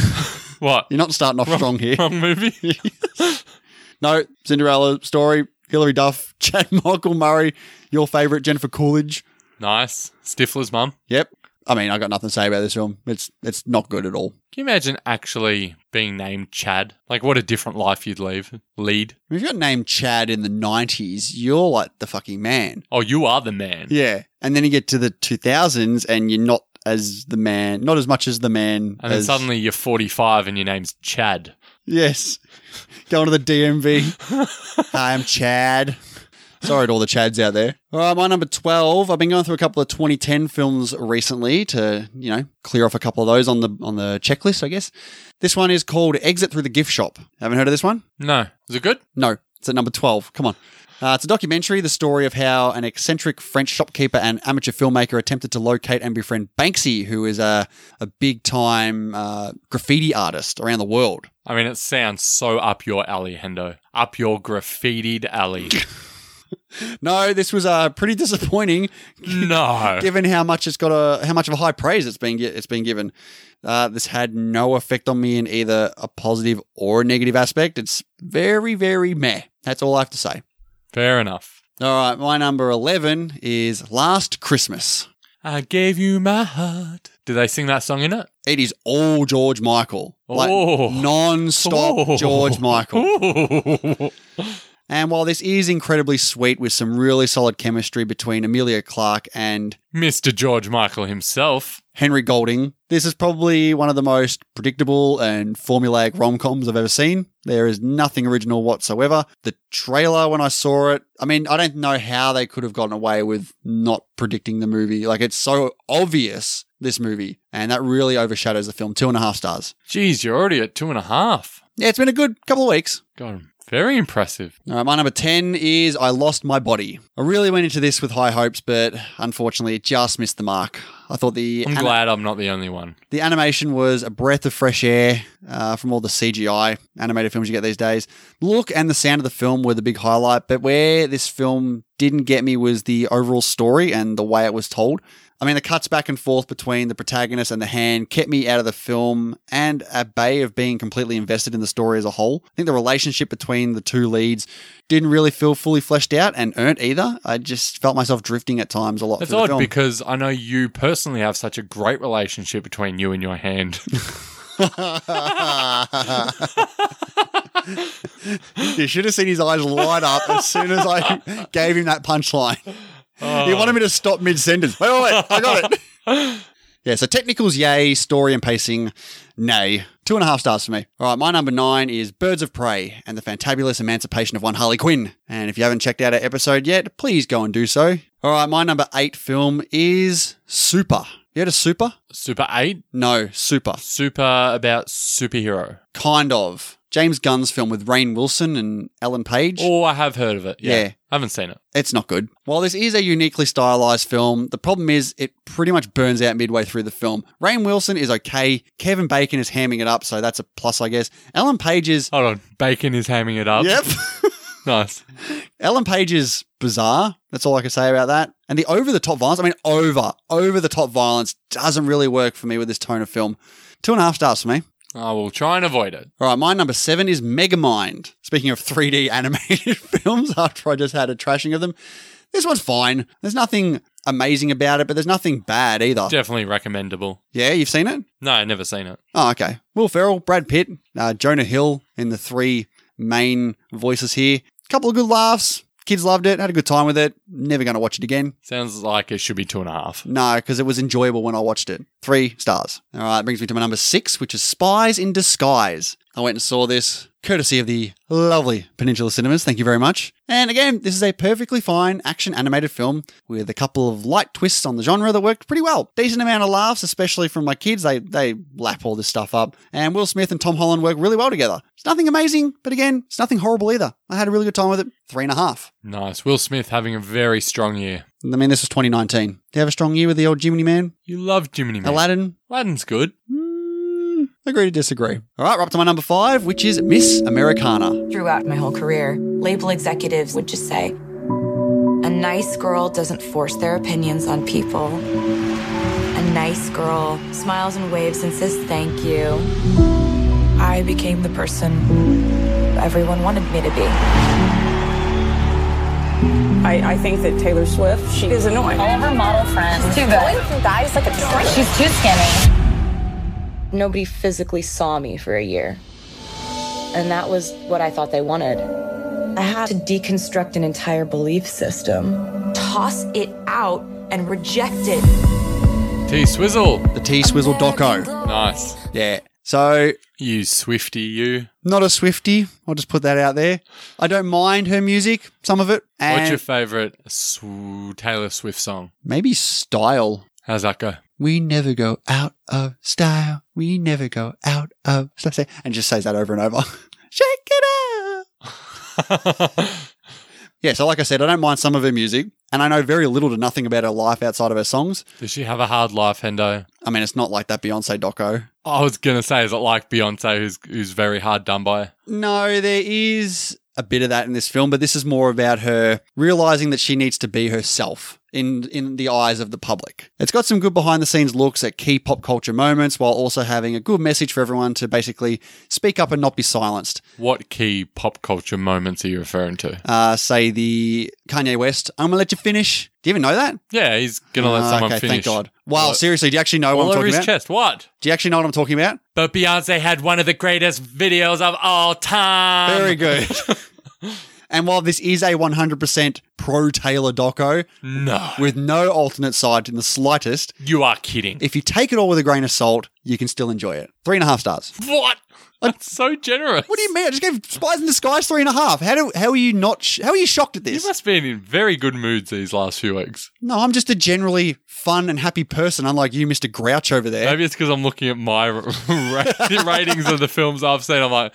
Speaker 1: what?
Speaker 2: You're not starting off strong here.
Speaker 1: Wrong movie.
Speaker 2: No, Cinderella story, Hilary Duff, Chad Michael Murray, your favourite, Jennifer Coolidge.
Speaker 1: Nice. Stifler's mum.
Speaker 2: Yep. I mean, I got nothing to say about this film. It's it's not good at all.
Speaker 1: Can you imagine actually being named Chad? Like, what a different life you'd leave, lead.
Speaker 2: If you got named Chad in the 90s, you're like the fucking man.
Speaker 1: Oh, you are the man.
Speaker 2: Yeah. And then you get to the 2000s and you're not as the man, not as much as the man.
Speaker 1: And then
Speaker 2: as-
Speaker 1: suddenly you're 45 and your name's Chad.
Speaker 2: Yes. Going to the DMV. Hi, I'm Chad. Sorry to all the Chads out there. All right, my number 12. I've been going through a couple of 2010 films recently to, you know, clear off a couple of those on the on the checklist, I guess. This one is called Exit Through the Gift Shop. Haven't heard of this one?
Speaker 1: No. Is it good?
Speaker 2: No, it's at number 12. Come on. Uh, it's a documentary, the story of how an eccentric French shopkeeper and amateur filmmaker attempted to locate and befriend Banksy, who is a, a big time uh, graffiti artist around the world.
Speaker 1: I mean, it sounds so up your alley, Hendo. Up your graffitied alley.
Speaker 2: No, this was uh, pretty disappointing
Speaker 1: no.
Speaker 2: given how much it's got a how much of a high praise it's been gi- it's been given. Uh, this had no effect on me in either a positive or a negative aspect. It's very very meh. That's all I have to say.
Speaker 1: Fair enough.
Speaker 2: All right, my number 11 is Last Christmas.
Speaker 1: I gave you my heart. Do they sing that song in it?
Speaker 2: It is all George Michael. Like
Speaker 1: Oh.
Speaker 2: non-stop
Speaker 1: Oh.
Speaker 2: George Michael.
Speaker 1: Ooh.
Speaker 2: And while this is incredibly sweet with some really solid chemistry between Amelia Clark and
Speaker 1: Mr. George Michael himself.
Speaker 2: Henry Golding, this is probably one of the most predictable and formulaic rom coms I've ever seen. There is nothing original whatsoever. The trailer, when I saw it, I mean, I don't know how they could have gotten away with not predicting the movie. Like, it's so obvious, this movie, and that really overshadows the film. Two and a half stars.
Speaker 1: Geez, you're already at two and a half.
Speaker 2: Yeah, it's been a good couple of weeks.
Speaker 1: God, very impressive.
Speaker 2: All right, Uh, my number 10 is I Lost My Body. I really went into this with high hopes, but unfortunately, it just missed the mark. I thought the
Speaker 1: I'm
Speaker 2: ana-
Speaker 1: glad I'm not the only one.
Speaker 2: the animation was a breath of fresh air uh, from all the CGI animated films you get these days. Look and the sound of the film were the big highlight, but where this film didn't get me was the overall story and the way it was told. I mean, the cuts back and forth between the protagonist and the hand kept me out of the film and at bay of being completely invested in the story as a whole. I think the relationship between the two leads didn't really feel fully fleshed out and earned either. I just felt myself drifting at times a lot.
Speaker 1: That's
Speaker 2: through the
Speaker 1: odd
Speaker 2: film.
Speaker 1: because I know you personally have such a great relationship between you and your hand.
Speaker 2: you should have seen his eyes light up as soon as I gave him that punchline. He wanted me to stop mid sentence. Wait, wait, wait. I got it. yeah, so technicals, yay. Story and pacing, nay. Two and a half stars for me. All right, my number nine is Birds of Prey and the Fantabulous Emancipation of One Harley Quinn. And if you haven't checked out our episode yet, please go and do so. All right, my number eight film is Super. You heard of Super?
Speaker 1: Super 8,
Speaker 2: No, Super.
Speaker 1: super about superhero.
Speaker 2: Kind of. James Gunn's film with Rain Wilson and Ellen Page.
Speaker 1: Oh, I have heard of it. Yeah.
Speaker 2: Yeah.
Speaker 1: I haven't seen it.
Speaker 2: It's not good. While this is a uniquely stylized film, the problem is it pretty much burns out midway through the film. Rain Wilson is okay. Kevin Bacon is hamming it up, so that's a plus, I guess. Ellen Page is.
Speaker 1: Hold on. Bacon is hamming it up.
Speaker 2: Yep.
Speaker 1: Nice.
Speaker 2: Ellen Page is bizarre. That's all I can say about that. And the over the top violence, I mean, over, over the top violence doesn't really work for me with this tone of film. Two and a half stars for me.
Speaker 1: I will try and avoid it.
Speaker 2: All right, my number seven is Megamind. Speaking of 3D animated films, after I just had a trashing of them, this one's fine. There's nothing amazing about it, but there's nothing bad either.
Speaker 1: Definitely recommendable.
Speaker 2: Yeah, you've seen it?
Speaker 1: No, I've never seen it.
Speaker 2: Oh, okay. Will Ferrell, Brad Pitt, uh, Jonah Hill in the three main voices here. Couple of good laughs. Kids loved it, had a good time with it. Never going to watch it again.
Speaker 1: Sounds like it should be two and a half.
Speaker 2: No, because it was enjoyable when I watched it. Three stars. All right, brings me to my number six, which is Spies in Disguise. I went and saw this courtesy of the lovely Peninsula Cinemas. Thank you very much. And again, this is a perfectly fine action animated film with a couple of light twists on the genre that worked pretty well. Decent amount of laughs, especially from my kids. They they lap all this stuff up. And Will Smith and Tom Holland work really well together. It's nothing amazing, but again, it's nothing horrible either. I had a really good time with it. Three and a half.
Speaker 1: Nice. Will Smith having a very strong year.
Speaker 2: I mean, this was 2019. Did you have a strong year with the old Jiminy Man?
Speaker 1: You love Jiminy Man.
Speaker 2: Aladdin?
Speaker 1: Aladdin's good.
Speaker 2: Mm, agree to disagree. All right, we're up to my number five, which is Miss Americana.
Speaker 10: Throughout my whole career, label executives would just say, a nice girl doesn't force their opinions on people. A nice girl smiles and waves and says thank you. I became the person everyone wanted me to be.
Speaker 11: I, I think that Taylor Swift, she is annoying.
Speaker 12: All of her model friends. She's too good. Going through guys like a train. She's too skinny.
Speaker 13: Nobody physically saw me for a year. And that was what I thought they wanted. I had to deconstruct an entire belief system.
Speaker 10: Toss it out and reject it.
Speaker 1: T Swizzle.
Speaker 2: The T Swizzle Doco.
Speaker 1: Nice.
Speaker 2: Yeah. So,
Speaker 1: You Swifty, you.
Speaker 2: not a Swifty. I'll just put that out there. I don't mind her music, some of it. And
Speaker 1: What's your favourite sw- Taylor Swift song?
Speaker 2: maybe style.
Speaker 1: How's that go?
Speaker 2: We never go out of style. We never go out of style. And just says that over and over. Shake it up. Yeah, so like I said, I don't mind some of her music, and I know very little to nothing about her life outside of her songs.
Speaker 1: Does she have a hard life, Hendo?
Speaker 2: I mean, it's not like that Beyonce doco.
Speaker 1: I was gonna say, is it like Beyonce, who's who's very hard done by?
Speaker 2: No, there is a bit of that in this film, but this is more about her realizing that she needs to be herself in in the eyes of the public. It's got some good behind the scenes looks at key pop culture moments while also having a good message for everyone to basically speak up and not be silenced.
Speaker 1: What key pop culture moments are you referring to?
Speaker 2: Uh, say the Kanye West, I'm gonna let you finish. Do you even know that?
Speaker 1: Yeah, he's gonna let
Speaker 2: Ah,
Speaker 1: someone
Speaker 2: okay,
Speaker 1: finish.
Speaker 2: Thank God. Wow, seriously, do you actually know
Speaker 1: All
Speaker 2: what I'm
Speaker 1: over
Speaker 2: talking
Speaker 1: his
Speaker 2: about?
Speaker 1: chest. What?
Speaker 2: Do you actually know what I'm talking about?
Speaker 1: But Beyonce had one of the greatest videos of all time.
Speaker 2: Very good. and while this is a 100% pro Taylor doco,
Speaker 1: No.
Speaker 2: with no alternate side in the slightest,
Speaker 1: You are kidding.
Speaker 2: if you take it all with a grain of salt, you can still enjoy it. Three and a half stars.
Speaker 1: What? That's so generous.
Speaker 2: What do you mean? I just gave Spies in Disguise three and a half. How do how are you not? Sh- how are you shocked at
Speaker 1: You
Speaker 2: this?
Speaker 1: must have been in very good moods these last few weeks.
Speaker 2: no, I'm just a generally fun and happy person, unlike you, Mister Grouch over there.
Speaker 1: Maybe it's because I'm looking at my ra- ra- ratings of the films I've seen. I'm like,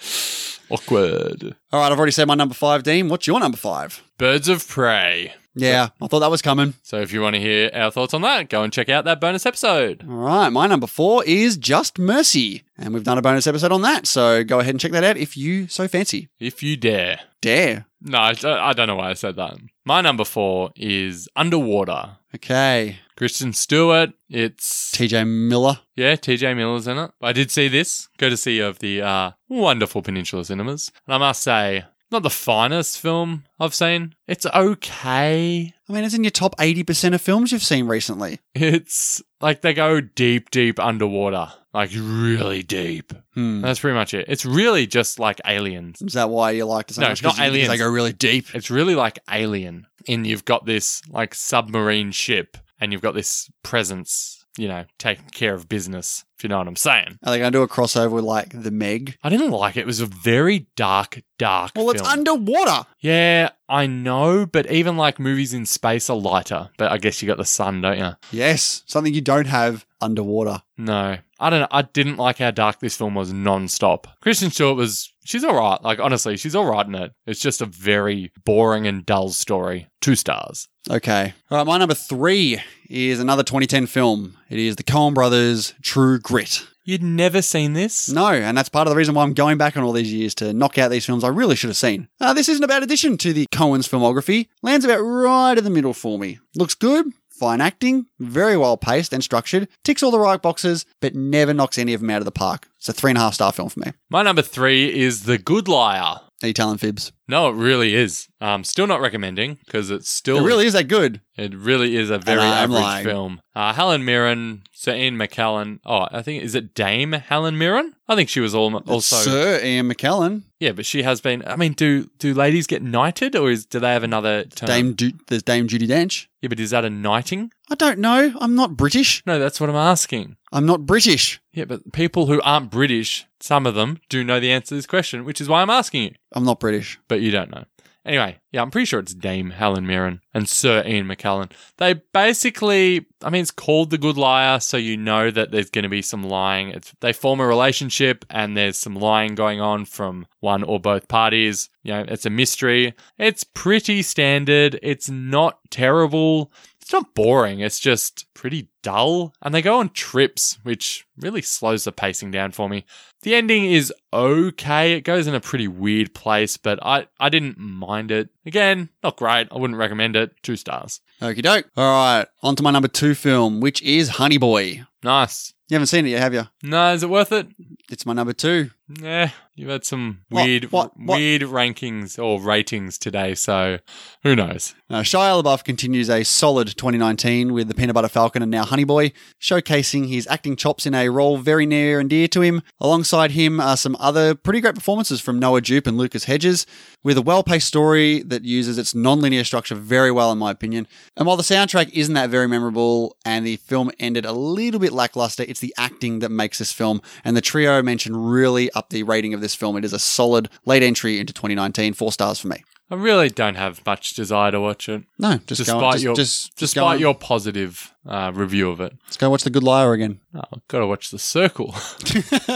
Speaker 1: awkward.
Speaker 2: All right, I've already said my number five, Dean. What's your number five?
Speaker 1: Birds of Prey.
Speaker 2: Yeah, I thought that was coming.
Speaker 1: So if you want to hear our thoughts on that, go and check out that bonus episode.
Speaker 2: All right, my number four is Just Mercy, and we've done a bonus episode on that. So go ahead and check that out if you so fancy.
Speaker 1: If you dare.
Speaker 2: Dare.
Speaker 1: No, I I don't know why I said that. My number four is Underwater.
Speaker 2: Okay.
Speaker 1: Kristen Stewart. It's
Speaker 2: T.J. Miller.
Speaker 1: Yeah, TJ Miller's in it. I did see this courtesy of the uh, wonderful Peninsula Cinemas. And I must say, not the finest film I've seen. It's okay.
Speaker 2: I mean, it's in your top eighty percent of films you've seen recently.
Speaker 1: It's like they go deep, deep underwater. Like really deep.
Speaker 2: Hmm.
Speaker 1: That's pretty much it. It's really just like aliens.
Speaker 2: Is that why you liked it so
Speaker 1: No,
Speaker 2: much?
Speaker 1: not
Speaker 2: 'Cause you- 'cause
Speaker 1: aliens.
Speaker 2: They go really deep.
Speaker 1: It's really like alien. And you've got this like submarine ship and you've got this presence, you know, taking care of business, if you know what I'm saying.
Speaker 2: Are they going to do a crossover with like the Meg?
Speaker 1: I didn't like it. It was a very dark, dark
Speaker 2: Well, it's
Speaker 1: film.
Speaker 2: underwater.
Speaker 1: Yeah, I know, but even like movies in space are lighter. But I guess you got the sun, don't you?
Speaker 2: Yes, something you don't have underwater.
Speaker 1: No, I don't know. I didn't like how dark this film was non-stop. Kristen Stewart was she's all right. Like honestly, she's all right in it. It's just a very boring and dull story. Two stars.
Speaker 2: Okay. All right, my number three is another 2010 film. It is the Coen Brothers' True Grit.
Speaker 1: You'd never seen this?
Speaker 2: No, and that's part of the reason why I'm going back on all these years to knock out these films I really should have seen. Uh, this isn't a bad addition to the Coen's filmography. Lands about right in the middle for me. Looks good, fine acting, very well paced and structured, ticks all the right boxes, but never knocks any of them out of the park. It's a three and a half star film for me.
Speaker 1: My number three is The Good Liar.
Speaker 2: Are you telling fibs?
Speaker 1: No, it really is. Um, still not recommending because it's still
Speaker 2: It really is that good.
Speaker 1: It really is a very
Speaker 2: I'm
Speaker 1: average
Speaker 2: lying.
Speaker 1: film. Uh, Helen Mirren, Sir Ian McKellen. Oh, I think is it Dame Helen Mirren? I think she was all, also
Speaker 2: Sir Ian McKellen.
Speaker 1: yeah, but she has been. I mean, do do ladies get knighted or is do they have another term?
Speaker 2: Dame du- there's Dame Judy Dench.
Speaker 1: Yeah, but is that a knighting?
Speaker 2: I don't know. I'm not British.
Speaker 1: No, that's what I'm asking.
Speaker 2: I'm not British.
Speaker 1: Yeah, but people who aren't British, some of them do know the answer to this question, which is why I'm asking you.
Speaker 2: I'm not British.
Speaker 1: But you don't know. Anyway, yeah, I'm pretty sure it's Dame Helen Mirren and Sir Ian McKellen. They basically, I mean, it's called The Good Liar, so you know that there's going to be some lying. It's, they form a relationship and there's some lying going on from one or both parties. You know, it's a mystery. It's pretty standard. It's not terrible. It's not boring. It's just pretty dull. And they go on trips, which really slows the pacing down for me. The ending is okay. It goes in a pretty weird place, but I, I didn't mind it. Again, not great. I wouldn't recommend it. Two stars.
Speaker 2: Okie doke. All right. On to my number two film, which is Honey Boy.
Speaker 1: Nice.
Speaker 2: You haven't seen it yet, have you?
Speaker 1: No, is it worth it?
Speaker 2: It's my number two.
Speaker 1: Yeah, you've had some
Speaker 2: What-
Speaker 1: weird
Speaker 2: what- what-
Speaker 1: weird rankings or ratings today, so who knows?
Speaker 2: Now, Uh, Shia LaBeouf continues a solid 2019 with The Peanut Butter Falcon and now Honey Boy, showcasing his acting chops in a role very near and dear to him. Alongside him are some other pretty great performances from Noah Jupe and Lucas Hedges, with a well paced story that uses its non linear structure very well, in my opinion. And while the soundtrack isn't that very memorable and the film ended a little bit lackluster, it's the acting that makes this film. And the trio mentioned really up the rating of this film. It is a solid late entry into 2019, four stars for me.
Speaker 1: I really don't have much desire to watch it.
Speaker 2: No, just go-
Speaker 1: despite
Speaker 2: just-
Speaker 1: your
Speaker 2: just- just go
Speaker 1: despite
Speaker 2: on.
Speaker 1: your positive uh, review of it.
Speaker 2: Let's go watch The Good Liar again.
Speaker 1: Oh, gotta watch The Circle.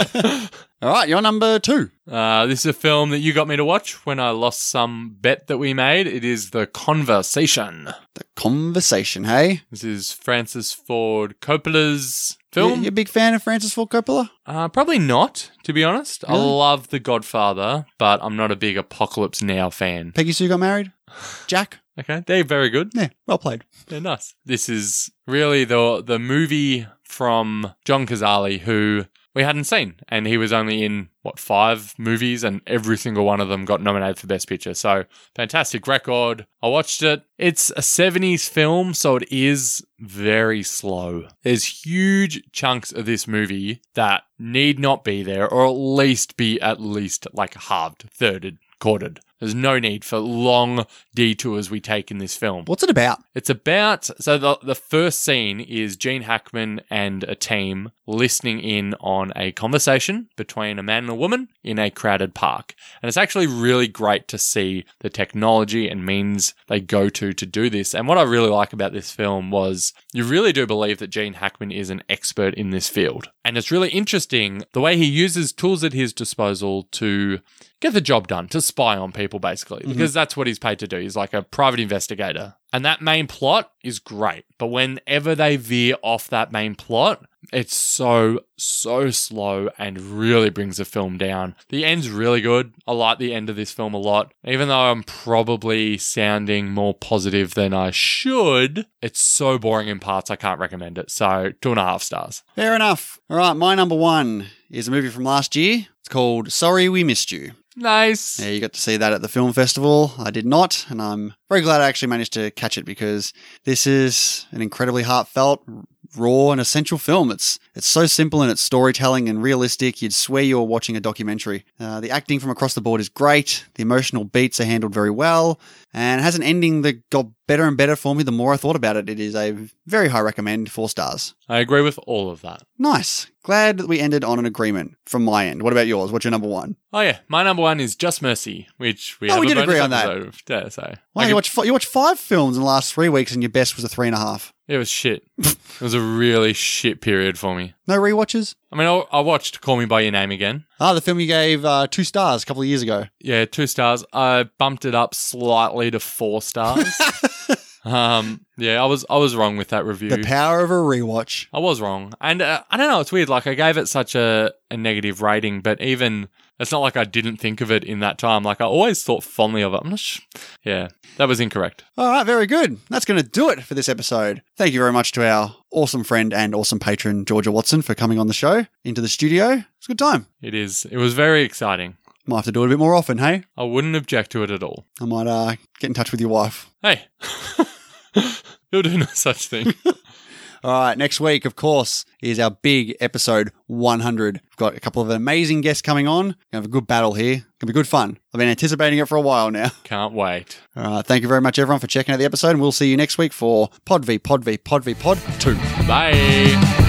Speaker 2: All right, you're number two.
Speaker 1: Uh, this is a film that you got me to watch when I lost some bet that we made. It is The Conversation.
Speaker 2: The conversation, hey?
Speaker 1: This is Francis Ford Coppola's film.
Speaker 2: You, you a big fan of Francis Ford Coppola?
Speaker 1: Uh, probably not, to be honest. I
Speaker 2: Really?
Speaker 1: love The Godfather, but I'm not a big Apocalypse Now fan.
Speaker 2: Peggy Sue got married? Jack?
Speaker 1: Okay, they're very good.
Speaker 2: Yeah, well played.
Speaker 1: They're nice. This is really the the movie from John Cazale, who we hadn't seen. And he was only in, what, five movies, and every single one of them got nominated for Best Picture. So fantastic record. I watched it. It's a 70s film, so it is very slow. There's huge chunks of this movie that need not be there, or at least be at least like halved, thirded, quartered. There's no need for long detours we take in this film.
Speaker 2: What's it about?
Speaker 1: It's about so the the first scene is Gene Hackman and a team listening in on a conversation between a man and a woman in a crowded park. And it's actually really great to see the technology and means they go to to do this. And what I really like about this film was you really do believe that Gene Hackman is an expert in this field. And it's really interesting the way he uses tools at his disposal to get the job done, to spy on people basically,
Speaker 8: Mhm.
Speaker 1: because that's what he's paid to do. He's like a private investigator. And that main plot is great. But whenever they veer off that main plot, it's so, so slow and really brings the film down. The end's really good. I like the end of this film a lot. Even though I'm probably sounding more positive than I should, it's so boring in parts, I can't recommend it. So, two and a half stars.
Speaker 2: Fair enough. All right, my number one is a movie from last year. It's called Sorry We Missed You.
Speaker 1: Nice.
Speaker 2: Yeah, you got to see that at the film festival. I did not, and I'm very glad I actually managed to catch it because this is an incredibly heartfelt, raw, and essential film. It's it's so simple in its storytelling and realistic. You'd swear you were watching a documentary. Uh, the acting from across the board is great. The emotional beats are handled very well, and it has an ending that got better and better for me the more I thought about it. It is a very high recommend, four stars.
Speaker 1: I agree with all of that.
Speaker 2: Nice. Glad that we ended on an agreement from my end. What about yours? What's your number one?
Speaker 1: Oh, yeah. My number one is Just Mercy, which we
Speaker 2: Oh,
Speaker 1: have
Speaker 2: we
Speaker 1: a
Speaker 2: did
Speaker 1: bonus
Speaker 2: agree on that.
Speaker 1: episode Of. Yeah, so.
Speaker 2: Wow,
Speaker 1: I
Speaker 2: you
Speaker 1: could-
Speaker 2: watched fi- you watched five films in the last three weeks, and your best was a three and a half.
Speaker 1: It was shit. it was a really shit period for me.
Speaker 2: No rewatches.
Speaker 1: I mean, I, I watched Call Me By Your Name again.
Speaker 2: Ah, the film you gave uh, two stars a couple of years ago.
Speaker 1: Yeah, two stars. I bumped it up slightly to four stars. um, yeah, I was I was wrong with that review.
Speaker 2: The power of a rewatch.
Speaker 1: I was wrong, and uh, I don't know. It's weird. Like I gave it such a, a negative rating, but even it's not like I didn't think of it in that time. Like I always thought fondly of it. I'm not. Sh- yeah, that was incorrect.
Speaker 2: All right, very good. That's going to do it for this episode. Thank you very much to our awesome friend and awesome patron Georgia Watson for coming on the show into the studio. It's a good time.
Speaker 1: It is. It was very exciting.
Speaker 2: Might have to do it a bit more often, hey?
Speaker 1: I wouldn't object to it at all.
Speaker 2: I might uh, get in touch with your wife.
Speaker 1: Hey, you'll do no such thing.
Speaker 2: All right, next week, of course, is our big episode 100. We've got a couple of amazing guests coming on. Gonna have a good battle here. Gonna be good fun. I've been anticipating it for a while now.
Speaker 1: Can't wait.
Speaker 2: All right, thank you very much, everyone, for checking out the episode, and we'll see you next week for Pod v Pod v Pod v Pod 2.
Speaker 1: Bye.